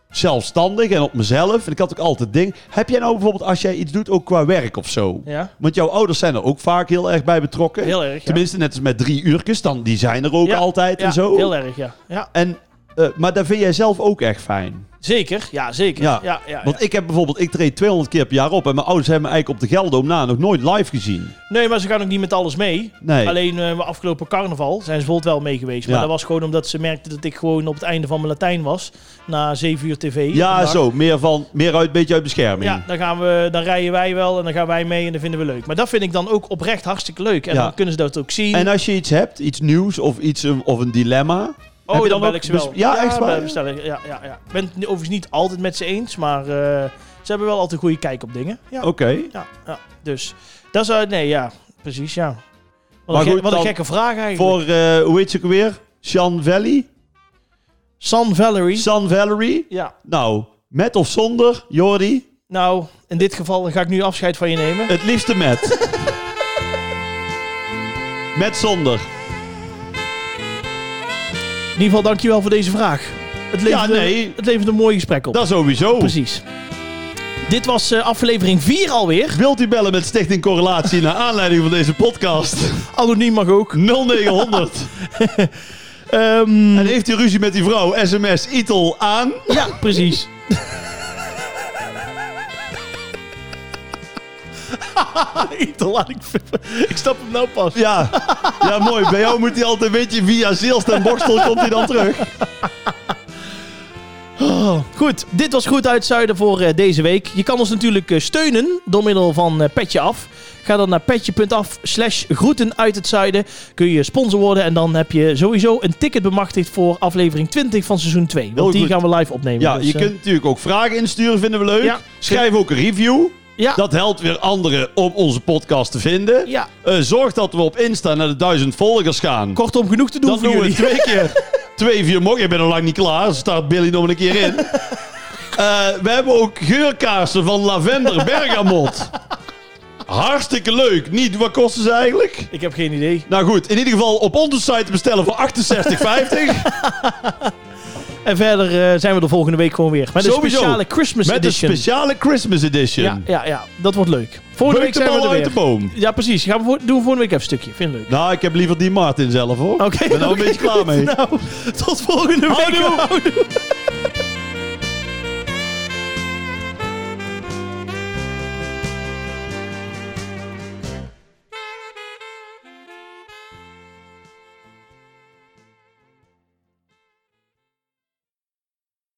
Speaker 2: zelfstandig en op mezelf. En ik had ook altijd ding. Heb jij nou bijvoorbeeld, als jij iets doet, ook qua werk of zo?
Speaker 1: Ja.
Speaker 2: Want jouw ouders zijn er ook vaak heel erg bij betrokken.
Speaker 1: Heel erg, ja.
Speaker 2: Tenminste, net als met drie uurtjes, dan, die zijn er ook
Speaker 1: Ja,
Speaker 2: altijd
Speaker 1: Ja,
Speaker 2: en zo.
Speaker 1: heel erg, ja. ja.
Speaker 2: En, eh, maar dat vind jij zelf ook echt fijn.
Speaker 1: Zeker. Ja, zeker.
Speaker 2: Ja.
Speaker 1: Ja, ja, ja.
Speaker 2: Want ik heb bijvoorbeeld, ik treed 200 keer per jaar op. En mijn ouders hebben me eigenlijk op de Gelderdoom na nog nooit live gezien.
Speaker 1: Nee, maar ze gaan ook niet met alles mee.
Speaker 2: Nee.
Speaker 1: Alleen eh, afgelopen carnaval zijn ze bijvoorbeeld wel mee geweest. Maar
Speaker 2: Ja.
Speaker 1: dat was gewoon omdat ze merkten dat ik gewoon op het einde van mijn Latijn was. Na zeven uur tv.
Speaker 2: ja,
Speaker 1: vandaag.
Speaker 2: zo. Meer, van, meer uit, beetje uit bescherming.
Speaker 1: Ja, dan, gaan we, dan rijden wij wel en dan gaan wij mee en dat vinden we leuk. Maar dat vind ik dan ook oprecht hartstikke leuk. En
Speaker 2: Ja.
Speaker 1: dan kunnen ze dat ook zien.
Speaker 2: En als je iets hebt, iets nieuws of, iets, een- of een dilemma.
Speaker 1: oh,
Speaker 2: heb je
Speaker 1: dan, bel
Speaker 2: dan
Speaker 1: ik
Speaker 2: ook
Speaker 1: ze wel.
Speaker 2: bes- ja, echt
Speaker 1: dan
Speaker 2: waar?
Speaker 1: bestel ik- Ja, ja, ja. Ik ben het overigens niet altijd met ze eens, maar eh, ze hebben wel altijd een goede kijk op dingen. Ja,
Speaker 2: Oké.
Speaker 1: ja, ja. dus dat is... eh, nee, ja, precies, ja. Wat,
Speaker 2: Maar
Speaker 1: een, ge-
Speaker 2: goed,
Speaker 1: wat een
Speaker 2: dan
Speaker 1: gekke vraag eigenlijk.
Speaker 2: Voor, eh, hoe heet ze ook weer? Sean Valley?
Speaker 1: San Valerie.
Speaker 2: San Valerie?
Speaker 1: ja,
Speaker 2: Nou, met of zonder, Jordi?
Speaker 1: nou, in dit geval ga ik nu afscheid van je nemen.
Speaker 2: Het liefste met. met zonder.
Speaker 1: In ieder geval, dankjewel voor deze vraag. Het levert,
Speaker 2: Ja, nee.
Speaker 1: een, het levert een mooi gesprek op.
Speaker 2: Dat sowieso.
Speaker 1: Precies. Dit was eh, aflevering 4 alweer.
Speaker 2: Wilt u bellen met Stichting Correlatie naar aanleiding van deze podcast?
Speaker 1: Anoniem mag ook.
Speaker 2: 0900.
Speaker 1: Ehm,
Speaker 2: En heeft u ruzie met die vrouw? SMS ITEL aan.
Speaker 1: ja, precies. Itel, laat ik, ik snap hem nou pas.
Speaker 2: Ja. ja, mooi. Bij jou moet hij altijd een beetje via Zeelst en Borstel komt hij dan terug. Oh.
Speaker 1: Goed, dit was Goed Uit Zuiden voor eh, deze week. Je kan ons natuurlijk eh, steunen door middel van eh, Petje Af. Ga dan naar petje.af slash groeten uit het zuiden. Kun je sponsor worden en dan heb je sowieso een ticket bemachtigd voor aflevering 20 van seizoen 2.
Speaker 2: Heel
Speaker 1: Want die
Speaker 2: goed.
Speaker 1: gaan we live opnemen.
Speaker 2: Ja,
Speaker 1: dus,
Speaker 2: je
Speaker 1: eh,
Speaker 2: kunt natuurlijk ook vragen insturen, vinden we leuk.
Speaker 1: Ja.
Speaker 2: Schrijf ook een review.
Speaker 1: Ja.
Speaker 2: Dat helpt weer anderen om onze podcast te vinden.
Speaker 1: Ja.
Speaker 2: Eh, zorg dat we op Insta naar de duizend volgers gaan.
Speaker 1: Kortom, genoeg te doen
Speaker 2: dat
Speaker 1: voor
Speaker 2: doen we
Speaker 1: jullie.
Speaker 2: twee keer. Twee, vier morgen. Ik ben nog lang niet klaar. Dus staat Billy nog maar een keer in. Eh, we hebben ook geurkaarsen van lavender bergamot. Hartstikke leuk. Niet, wat kosten ze eigenlijk?
Speaker 1: Ik heb geen idee.
Speaker 2: Nou goed, in ieder geval op onze site bestellen voor 68,50.
Speaker 1: En verder eh, zijn we de volgende week gewoon weer. Met een
Speaker 2: Sowieso.
Speaker 1: speciale Christmas
Speaker 2: Met een
Speaker 1: edition.
Speaker 2: speciale Christmas edition.
Speaker 1: ja, ja, ja, dat wordt leuk. Volgende
Speaker 2: Beuk
Speaker 1: week
Speaker 2: de
Speaker 1: zijn we
Speaker 2: bal
Speaker 1: er
Speaker 2: uit de
Speaker 1: weer.
Speaker 2: boom.
Speaker 1: Ja, precies. Gaan we voor- doen we volgende week even een stukje. Vind ik leuk.
Speaker 2: Nou, ik heb liever die Martin zelf hoor.
Speaker 1: Oké.
Speaker 2: Ik ben er al een beetje klaar mee.
Speaker 1: Nou, tot volgende week.
Speaker 2: Houdoe.
Speaker 1: Houdoe.